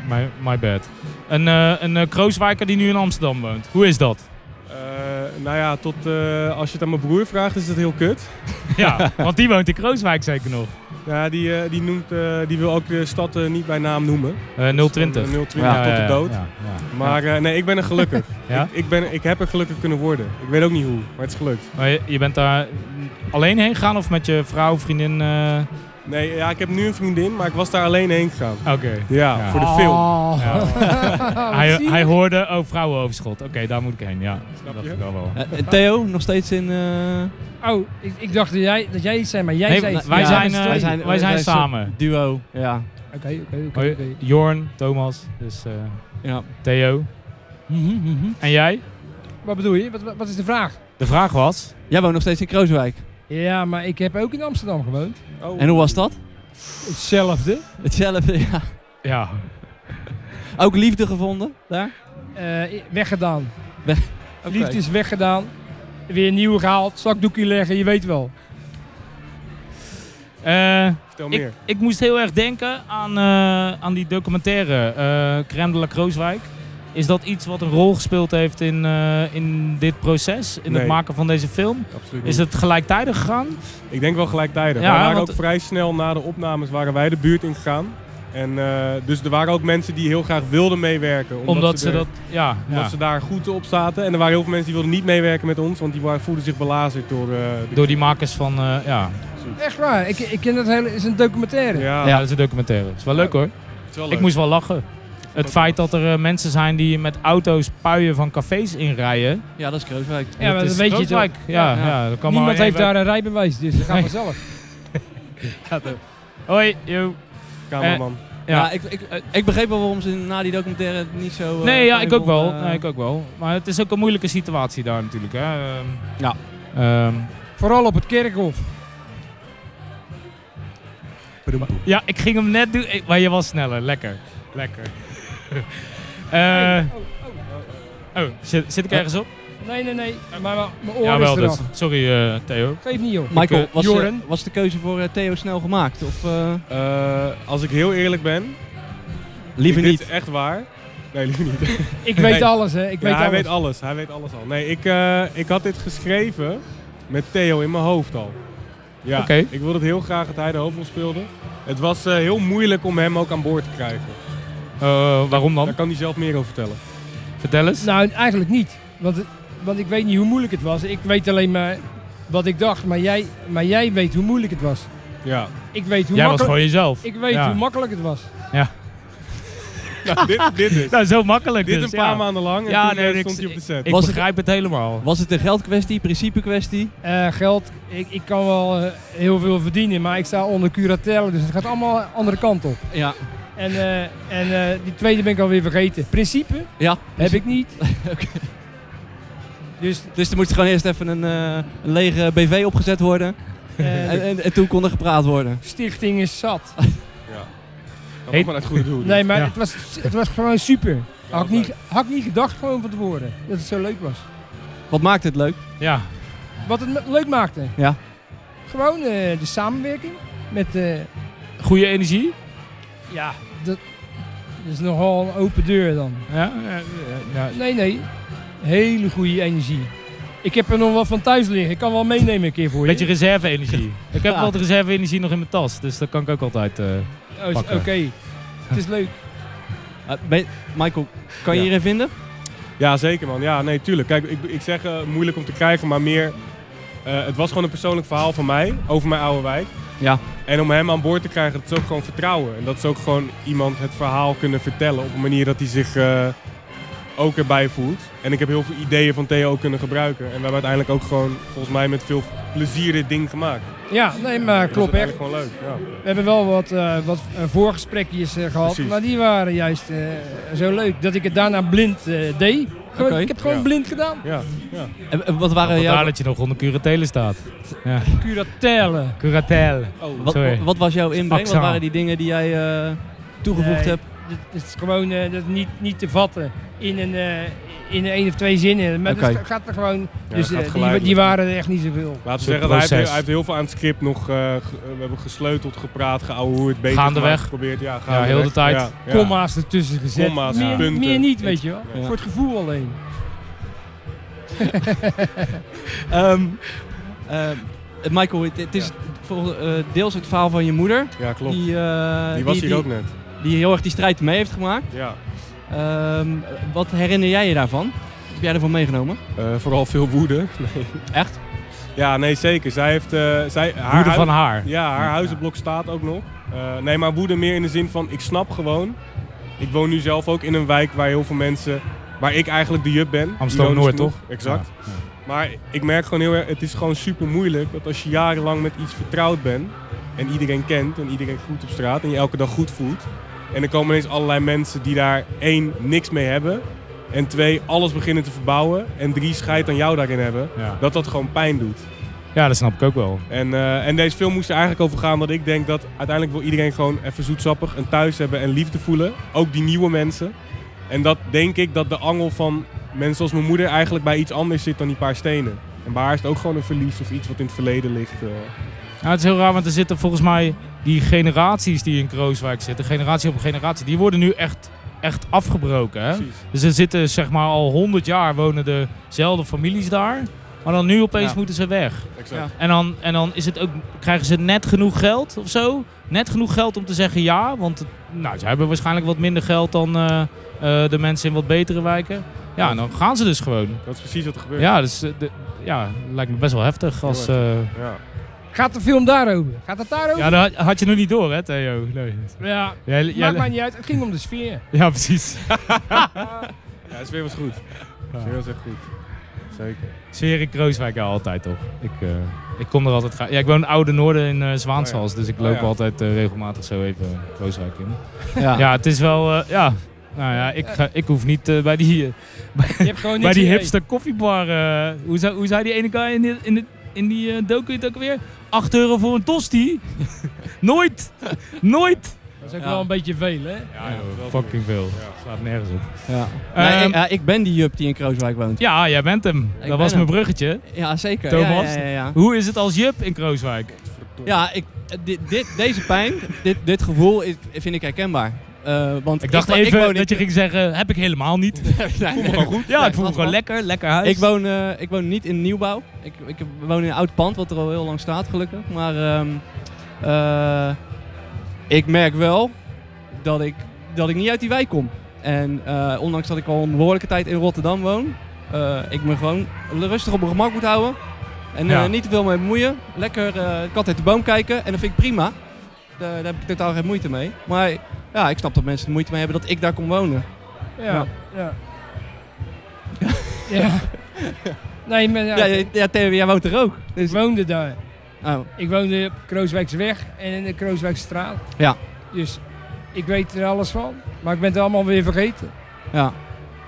My, my bad. Een, eh, een eh, Krooswijker die nu in Amsterdam woont. Hoe is dat? Eh, nou ja, tot, eh, als je het aan mijn broer vraagt, is het heel kut. Ja, <laughs> want die woont in Krooswijk zeker nog. Ja, die, eh, die, noemt, eh, die wil ook de stad eh, niet bij naam noemen. Eh 020. Dus dan, eh, 020 Ja, tot de dood. Ja, ja. Maar eh, nee, ik ben er gelukkig. <laughs> Ja? ik, ik, ben, ik heb er gelukkig kunnen worden. Ik weet ook niet hoe, maar het is gelukt. Maar je, je bent daar alleen heen gegaan of met je vrouw, vriendin? eh, Nee, ja, ik heb nu een vriendin, maar ik was daar alleen heen gegaan. Oké. Ja, Ja. voor Oh. de film. hij, hij hoorde, oh, vrouwenoverschot. Oké, daar moet ik heen, ja. Snap Dat je? ik al wel. Eh, en Theo, nog steeds in... eh, Oh, ik, ik dacht dat jij, dat jij iets zei, maar jij Nee, zei... wij- wij Ja, zijn, met z'n eh, tweeën. wij zijn een samen. soort Duo, ja. Oké, oké, Oh, oké, oké. Jorn, Thomas, dus eh, ja. Theo. En jij? Wat bedoel je? Wat, wat wat is de vraag? De vraag was, Jij woont nog steeds in Krooswijk. Ja, maar ik heb ook in Amsterdam gewoond. Oh. En hoe was dat? Hetzelfde. Hetzelfde, <laughs> ja. ja, Ook liefde gevonden daar? Eh, weggedaan. Oké. Liefde is weggedaan. Weer nieuw gehaald. Zakdoekje leggen, je weet wel. eh, Vertel ik, meer. ik moest heel erg denken aan, eh, aan die documentaire eh Crème de la Krooswijk. Is dat iets wat een rol gespeeld heeft in, eh, in dit proces, in het Nee. maken van deze film? Absoluut Is niet. het gelijktijdig gegaan? Ik denk wel gelijktijdig. Ja, we waren want- ook vrij snel na de opnames waren wij de buurt ingegaan. En eh, dus er waren ook mensen die heel graag wilden meewerken. Omdat, Omdat, ze, er- dat, ja, Omdat ja. ze daar goed op zaten. En er waren heel veel mensen die wilden niet meewerken met ons, want die waren, voelden zich belazerd door... eh, de- door die makers van, eh, ja. Echt waar. Ik, ik ken dat hele... is een documentaire. Ja, Ja, dat is een documentaire. Is wel leuk hoor. het is wel leuk. Ik moest wel lachen. Het feit dat er eh, mensen zijn die met auto's puien van cafés inrijden. Ja, dat is Kreuzwijk. Ja, maar dat is weet je Grootwijk. Ja, Ja. ja. dat kan Niemand maar heeft daar een rijbewijs, dus dat gaat Nee. vanzelf. Hoi, yo. Cameraman. <laughs> Ja. Ja, ik, ik, eh, ik begreep wel waarom ze na die documentaire het niet zo... eh, Nee, ja, fijn ik ook vonden, wel. eh. Nee, ik ook wel. Maar het is ook een moeilijke situatie daar natuurlijk. Hè. Ehm, Ja. ehm, Vooral op het kerkhof. ja, ik ging hem net doen, ik- maar je was sneller. Lekker. Lekker. <laughs> Eh, oh, eh. oh, zit, zit ik ergens op? Eh. Eh. Nee, nee, nee. Maar maar mijn Ja, oren is wel eraf. dus. Sorry eh, Theo. Geef niet, joh. Michael, Ik, eh, was, Joren. eh, was de keuze voor eh, Theo snel gemaakt? Of eh, Eh, als ik heel eerlijk ben, liever dit niet? is echt waar. Nee, liever <laughs> niet. Ik weet Nee. alles, hè. Ik weet ja, hij alles. weet alles. Hij weet alles al. Nee, ik, eh, ik had dit geschreven met Theo in mijn hoofd al. Ja, Oké. ik wilde het heel graag dat hij de hoofdrol speelde. Het was eh, heel moeilijk om hem ook aan boord te krijgen. Eh, waarom Daar dan? kan hij zelf meer over vertellen. Vertel eens. Nou, eigenlijk niet. Want, het- want ik weet niet hoe moeilijk het was. Ik weet alleen maar wat ik dacht. Maar jij, maar jij weet hoe moeilijk het was. Ja. Ik weet hoe, Jij was makkelijk- gewoon jezelf. ik weet Ja. hoe makkelijk het was. Nou, dit, dit <laughs> is. Nou, zo makkelijk Dit dus, een paar ja. maanden lang en Ja, toen nee, eh, ik- stond hij op de set. Ik Was het- begrijp het, helemaal. Was het een geldkwestie, principe kwestie? Eh, geld, ik, ik kan wel eh, heel veel verdienen, maar ik sta onder curatelle, dus het gaat allemaal andere kant op. Ja. En, eh, en eh, die tweede ben ik alweer vergeten. Principe Ja, heb ik niet. Oké. Dus dus er moest gewoon eerst even een, eh, een lege BV opgezet worden. <laughs> eh, En, en, en toen kon er gepraat worden. stichting is zat. Ja. Dat Heet- maar uit goede doel. Nee, maar Ja. het, was, het was gewoon super. Ja, Had ik leuk. niet, had ik niet gedacht gewoon van tevoren dat het zo leuk was. Wat maakt het leuk? Ja. Wat het me- leuk maakte. Ja. Gewoon eh, de samenwerking met, eh, Goede energie? ja, dat, dat is nogal een open deur dan. Ja, eh, eh, ja. Nee, nee. Hele goede energie. Ik heb er nog wel van thuis liggen. Ik kan wel meenemen een keer voor je. Beetje <laughs> reserve-energie. Ik heb Ja. wel de reserve-energie nog in mijn tas, dus dat kan ik ook altijd. eh, Oh, is- Oké. pakken. <laughs> Het is leuk. Eh, ben je- Michael, kan je Ja. hierin vinden? Ja, zeker man. Ja, nee, tuurlijk. Kijk, ik, ik zeg eh, moeilijk om te krijgen, maar meer... eh, het was gewoon een persoonlijk verhaal van mij, over mijn oude wijk. Ja. En om hem aan boord te krijgen, dat is ook gewoon vertrouwen. En dat is ook gewoon iemand het verhaal kunnen vertellen op een manier dat hij zich eh, ook erbij voelt. En ik heb heel veel ideeën van Theo ook kunnen gebruiken. En we hebben uiteindelijk ook gewoon, volgens mij, met veel plezier dit ding gemaakt. Ja, nee, maar Dat klopt is echt. eigenlijk gewoon leuk. Ja. We hebben wel wat, eh, wat eh, voorgesprekjes eh, gehad. Precies. Maar die waren juist eh, zo leuk dat ik het daarna blind eh, deed. Gewoon, Oké. Ik heb het gewoon Ja. blind gedaan. Ja, ja. En, en wat waren vandaar jouw, dat je nog onder curatele staat. Ja. Curatelle. Curatele. oh, wat, sorry. wat was jouw inbreng? Wat Accent. waren die dingen die jij eh, toegevoegd Nee. hebt? Dit- dit is gewoon eh, dat is niet, niet te vatten in een, eh, in een één of twee zinnen. Maar Oké. het gaat er gewoon. Ja, het Dus gaat eh, die, geleidelijk. die waren er echt niet zoveel. Laten we Een soort zeggen, dat hij, heeft, proces. hij heeft heel veel aan het script nog. eh, ge- eh, we hebben gesleuteld, gepraat, geouwe hoe het beter Gaandeweg. gemaakt, geprobeerd. Ja, gaandeweg. heel de tijd. Ja, ja. Komma's ertussen gezet. Komma's, meer, punten. meer niet, weet je wel. Ja. Voor het gevoel alleen. Ehm, ehm, eh, Michael, het, het is volgens- eh, deels het verhaal van je moeder. Ja, klopt. Die, Die, eh, was die, hier die- ook net. die heel erg die strijd mee heeft gemaakt. Ja. Ehm, wat herinner jij je daarvan? Wat heb jij ervan meegenomen? Eh, vooral veel <laughs> woede. Echt? Ja, nee, zeker. Zij heeft. eh, zij, haar Woede hui- van haar. Ja, haar huizenblok staat ook nog. Eh, nee, maar woede meer in de zin van: ik snap gewoon. Ik woon nu zelf ook in een wijk waar heel veel mensen. waar ik eigenlijk de jup ben. Amsterdam Ironisch Noord, genoeg. toch? Exact. Maar ik merk gewoon heel erg: het is gewoon super moeilijk. Dat als je jarenlang met iets vertrouwd bent. en iedereen kent en iedereen goed op straat. en je elke dag goed voelt. en er komen ineens allerlei mensen die daar één niks mee hebben. en twee alles beginnen te verbouwen. en drie scheid aan jou daarin hebben. Ja. dat dat gewoon pijn doet. ja, dat snap ik ook wel. En, eh, en deze film moest er eigenlijk over gaan dat ik denk dat uiteindelijk wil iedereen gewoon even zoetsappig een thuis hebben en liefde voelen. Ook die nieuwe mensen. En dat denk ik dat de angel van mensen als mijn moeder eigenlijk bij iets anders zit dan die paar stenen. En bij haar is het ook gewoon een verlies of iets wat in het verleden ligt. eh. Nou, het is heel raar, want er zitten volgens mij die generaties die in Krooswijk zitten, generatie op generatie, die worden nu echt, echt afgebroken. Hè? Precies. Dus er zitten zeg maar al 100 jaar wonen dezelfde families daar. Maar dan nu opeens Ja. moeten ze weg. Exact. En dan, en dan is het ook, krijgen ze net genoeg geld of zo. Net genoeg geld om te zeggen ja. Want het- nou, ze hebben waarschijnlijk wat minder geld dan eh, eh, de mensen in wat betere wijken. Ja, en dan gaan ze dus gewoon. Dat is precies wat er gebeurt. Ja, dus, eh, de- ja lijkt me best wel heftig als... eh, Ja. Gaat de film daarover? Gaat het daarover? Ja, dat had je nog niet door, hè, Theo? Nee. Ja, Jij, jij- maakt mij niet uit. Het ging om de sfeer. ja, precies. Ja, de sfeer was goed. De sfeer was echt goed. Zeker. Sfeer in Krooswijk ja, altijd, toch? Ik, eh, ik kom er altijd graag. Ja, ik woon Oude Noorden in eh Zwaanshals, dus ik Oh, loop ja. altijd eh, regelmatig zo even Krooswijk in. Ja. Ja, het is wel... eh, ja, nou ja, ik, ga, ik hoef niet eh, bij die... eh, Je hebt gewoon Bij niks die in je hipster koffiebar. eh, hoe, zei, hoe zei die ene guy in die, in de- in die eh, docu het ook weer? 8 euro voor een tosti? <laughs> Nooit! Nooit! reet. Dat is ook Ja. wel een beetje veel, hè? Ja, dat was wel fucking veel. goed. Ja. Slaat nergens op. Ja. Nee, Ehm, ik, ja, ik ben die jup die in Krooswijk woont. Ja, jij bent hem. ben dat was hem. mijn bruggetje. Ja, zeker. Thomas? Ja, ja, ja, ja. Hoe is het als Jup in Krooswijk? Ja, ik, eh, dit, dit, deze pijn, dit, dit gevoel is- vind ik herkenbaar. Eh, want Ik dacht wo- even woon in- <laughs> dat je ging zeggen, heb ik helemaal niet. Nee, nee. Ja, Nee, ik voel me was gewoon wel. lekker, lekker huis. Ik woon, eh, ik woon niet in nieuwbouw. Ik, ik woon in een oud pand, wat er al heel lang staat, gelukkig. Maar ehm, eh, ik merk wel dat ik, dat ik niet uit die wijk kom. En eh, ondanks dat ik al een behoorlijke tijd in Rotterdam woon, eh, ik me gewoon rustig op mijn gemak moet houden. En eh, Ja. niet te veel mee bemoeien. Lekker eh kat uit de boom kijken. En dat vind ik prima. Daar, daar heb ik totaal geen moeite mee. Maar ja, ik snap dat mensen er moeite mee hebben dat ik daar kom wonen. Ja. Ja. ja. Nee, maar ja, Ja, ja, ja Theo, jij woont er ook. Dus, ik woonde daar. oh. Ik woonde op Krooswijksweg en in de Krooswijkstraat. Ja. Dus ik weet er alles van. Maar ik ben het allemaal weer vergeten. Ja.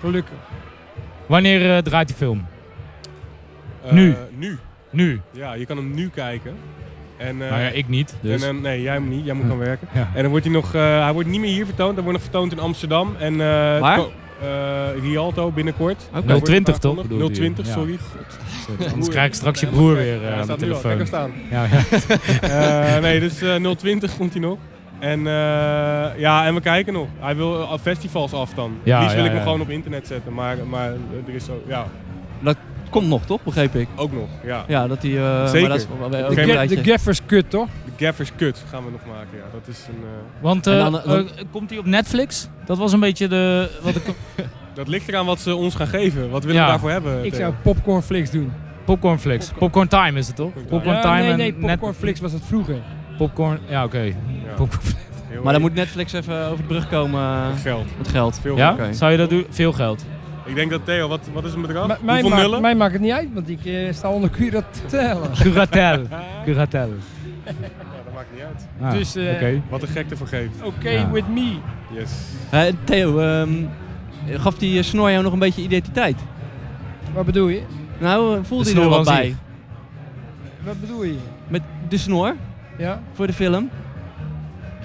Gelukkig. Wanneer eh, draait die film? Eh, Nu. Nu. Nu. Ja, je kan hem nu kijken. En, eh, nou ja, ik niet. Dus. en, eh, nee, jij moet niet. Jij moet Hm. gaan werken. Ja. En dan wordt hij nog... eh, hij wordt niet meer hier vertoond. Hij wordt nog vertoond in Amsterdam. En, eh, Waar? ko- eh, Rialto binnenkort. Oké. 020 toch? bedoelde je? 020, Ja. sorry. Anders krijg ik straks je broer weer eh, Ja, aan de staat nu al. Kijk, telefoon. daar staan. Ja, ja. Eh, nee, dus eh 020 komt hij nog. En eh, ja, en we kijken nog. Hij wil eh, festivals af dan. Ja, Liefst wil ja, ik hem ja. gewoon op internet zetten, maar, maar eh, er is zo, ja, Komt nog, toch? Begreep ik. ook nog. Ja. Ja, dat hij... Zeker. Maar dat is wel- wel- ook Oké, De, een maar ga- de rijtje. Gaffers kut, toch? De Gaffers Cut gaan we nog maken. Ja, dat is een, eh, Want En eh, dan- dan- eh, komt die op Netflix? Dat was een beetje de... Wat ik, dat ligt eraan wat ze ons gaan geven. Wat willen Ja. we daarvoor hebben? Ik Theo? zou popcornflix doen. popcornflix. Popcorn. Popcorn time is het toch? Popcorn Popcorn Ja, time nee, en nee, net- popcornflix was het vroeger. Popcorn, ja oké. Ja, Popcorn- heel Maar erg dan moet Netflix even over de brug komen eh, veel geld. met geld. Veel Ja? geld. Oké. Zou je dat doen? Veel geld. Ik denk dat Theo, wat, wat is een bedrag? Ma- mij, Hoeveel maakt, nullen? mij maakt het niet uit, want ik eh, sta onder curatelle. Curatel. Eh, Curatel. Ja, dat maakt niet uit. Ah, Dus, eh, oké. Wat de gek ervoor geeft. Oké Ja. with me. Yes. Eh, Theo, ehm, gaf die eh, snor jou nog een beetje identiteit? Wat bedoel je? Nou, eh, voelde De hij er snor wat aan bij? zich. Wat bedoel je? Met de snor Ja? voor de film?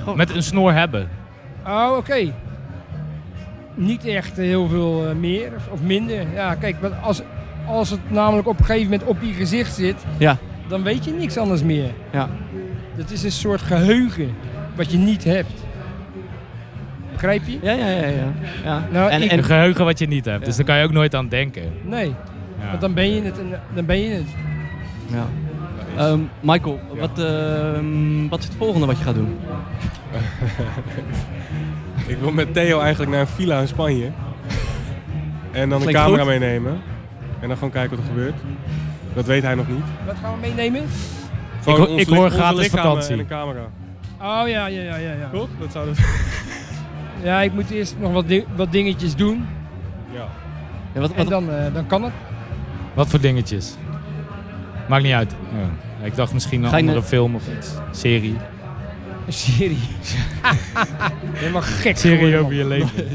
Goh, Met een snor hebben. Oh, oké. Niet echt heel veel eh, meer of- of minder. Ja, kijk, want als, als het namelijk op een gegeven moment op je gezicht zit, Ja. dan weet je niks anders meer. Ja. Dat is een soort geheugen wat je niet hebt. Begrijp je? Ja, ja, ja. ja. ja. Nou, en, ik- Een en, geheugen wat je niet hebt. Dus Ja. daar kan je ook nooit aan denken. Nee, Ja. want dan ben je het en dan ben je het. ja. Ehm, Michael, Ja. wat, ehm, wat is het volgende wat je gaat doen? Ik wil met Theo eigenlijk naar een villa in Spanje. En dan een Klinkt camera goed. meenemen. En dan gewoon kijken wat er gebeurt. Dat weet hij nog niet. Wat gaan we meenemen? Gewoon Ik ho- ons ik hoor li- onze gratis lichamen vakantie. En een camera. Oh ja, ja, ja, ja. Ja, Toch? Dat zou dus- ja ik moet eerst nog wat, di- wat dingetjes doen. <laughs> Ja. Ja, wat, En wat, dan, eh, dan kan het. Wat voor dingetjes? Maakt niet uit. Ja. Ik dacht misschien een Ga je andere ne- film of iets. Serie. Een serie. <laughs> Helemaal gek. Serie geworden, over je man. leven.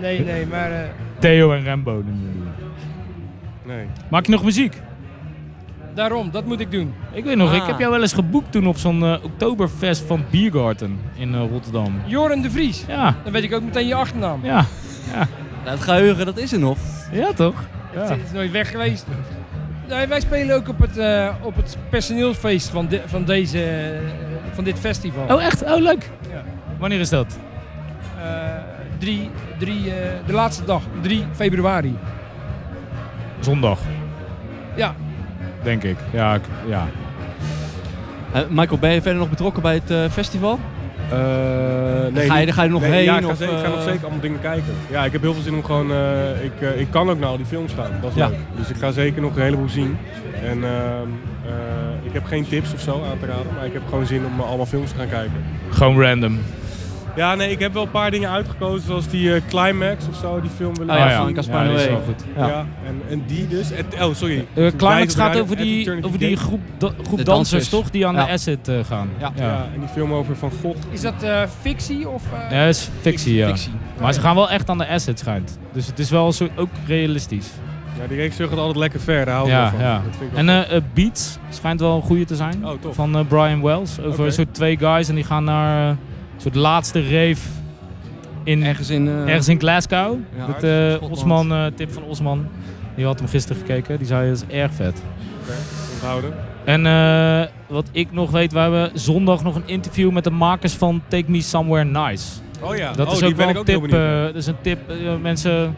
Nee, nee, maar... eh, Theo en Rambo. noem je die. Nee. Maak je nog muziek? Daarom, dat moet ik doen. Ik weet nog, ik Ah. heb jou wel eens geboekt toen op zo'n eh, Oktoberfest van Biergarten in eh, Rotterdam. Joren de Vries. Ja, Dan weet ik ook meteen je achternaam. ja, nou, het geheugen, dat is er nog. ja toch? Ja. Het is nooit weg geweest. Nee, wij spelen ook op het, eh, op het personeelsfeest van, de- van, deze, eh, van dit festival. Oh echt? Oh leuk. Ja. Wanneer is dat? Eh, drie, drie, eh, de laatste dag, 3 februari. Zondag, Ja, denk ik. Ja, ik- ja. Eh, Michael, ben je verder nog betrokken bij het eh, festival? Eh, nee, ga, je, niet- ga je er nog nee, heen? Ja, ik ga, of, ze- ik ga nog eh, zeker allemaal dingen kijken. Ja, ik heb heel veel zin om gewoon... eh, ik, eh, ik kan ook naar al die films gaan, dat is Ja. leuk. Dus ik ga zeker nog een heleboel zien. En ehm, eh, ik heb geen tips of zo aan te raden, maar ik heb gewoon zin om eh, allemaal films te gaan kijken. Gewoon random. Oh Ja, nee, ik heb wel een paar dingen uitgekozen, zoals die eh, Climax of zo, die film wil ik Oh ja, zien. van Gaspar dat is Noé. wel goed. Ja, Ja. en, en die dus. En- oh, sorry. Ik Eh wijs Climax op Eh, gaat Radio over At die, Eternity over die Gate. groep, da- groep De dansers, dansers. toch? Die aan Ja. de asset eh, gaan. Ja. Ja. en die film over Van Gogh. Is dat eh, fictie of... eh, Ja, dat is fictie, ja. Fictie. Maar ze gaan wel echt aan de asset, schijnt. Dus het is wel een soort, ook realistisch. Ja, die reeks gaat altijd lekker ver, daar hou ik Ja, wel van. ja. Dat vind ik wel En eh, eh, Beats schijnt wel een goede te zijn. Oh, tof. Van eh, Brian Wells. Over Oké. een soort twee guys en die gaan naar eh, een soort laatste rave in, ergens, Ergens in... eh, in Glasgow. ja. Dat uit eh, Schotland. Osman, eh, tip van Osman. Die had hem gisteren gekeken. Die zei dat is erg vet. lekker onthouden. En eh, wat ik nog weet, we hebben zondag nog een interview met de makers van Take Me Somewhere Nice. Oh ja, Dat oh, is die ook wel ben een ik ook heel tip. benieuwd. eh, dat is een tip. eh, mensen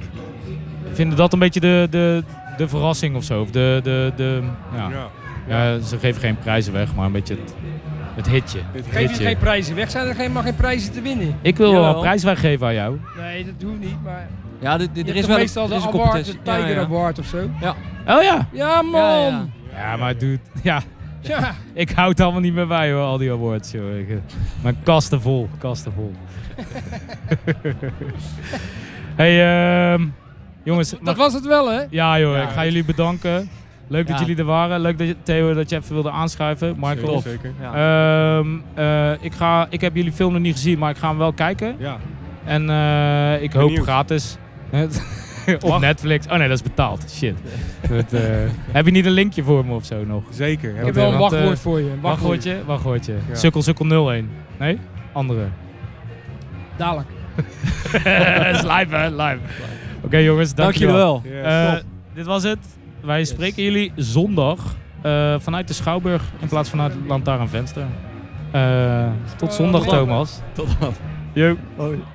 vinden dat een beetje de, de, de verrassing of zo. Of de, de, de, ja. ja. Ja, ze geven geen prijzen weg, maar een beetje het, het hitje. Dit Het Geef je hitje. geen prijzen weg, zijn er geen, maar geen prijzen te winnen. Ik wil wel Jawel. een prijs weggeven aan jou. Nee, dat doen we niet, maar... Ja, dit- dit- Je er hebt is toch wel een, meestal er is de een award, competitie. de Tiger ja, ja. Award of zo. Oh ja! Ja, man! Ja, ja. Ja, maar dude, <laughs> ja, Ja. ik hou het allemaal niet meer bij hoor, al die awards. Joh. Ik, eh, Mijn kasten vol, kasten <laughs> vol. hey, ehm, jongens. Dat mag- was het wel, hè? Ja joh, Ja. ik ga jullie bedanken. Leuk dat Ja. jullie er waren. Leuk dat je, Theo dat je even wilde aanschuiven. Michael. Zeker, zeker. Ja. Ehm, eh, ik, ga, ik heb jullie film nog niet gezien, maar ik ga hem wel kijken. Ja, En eh, ik hoop Benieuwd. gratis. <laughs> Op Netflix. Oh nee, dat is betaald. Shit. <laughs> Dat, eh, heb je niet een linkje voor me of zo nog? zeker. Ik Ja, heb wel een want, eh, wachtwoord voor je. Een wachtwoord. Wachtwoordje, wachtwoordje. Ja. Sukkel, sukkel 01. Nee? Andere. <laughs> Eh, Dadelijk. dat is live hè, live. Oké jongens, Dank jullie dankjewel. wel. Yes. Eh, dit was het. Wij spreken jullie zondag eh, vanuit de Schouwburg in plaats van uit Lantaarnvenster. Eh tot zondag Thomas. Tot dan. Yo. Hoi.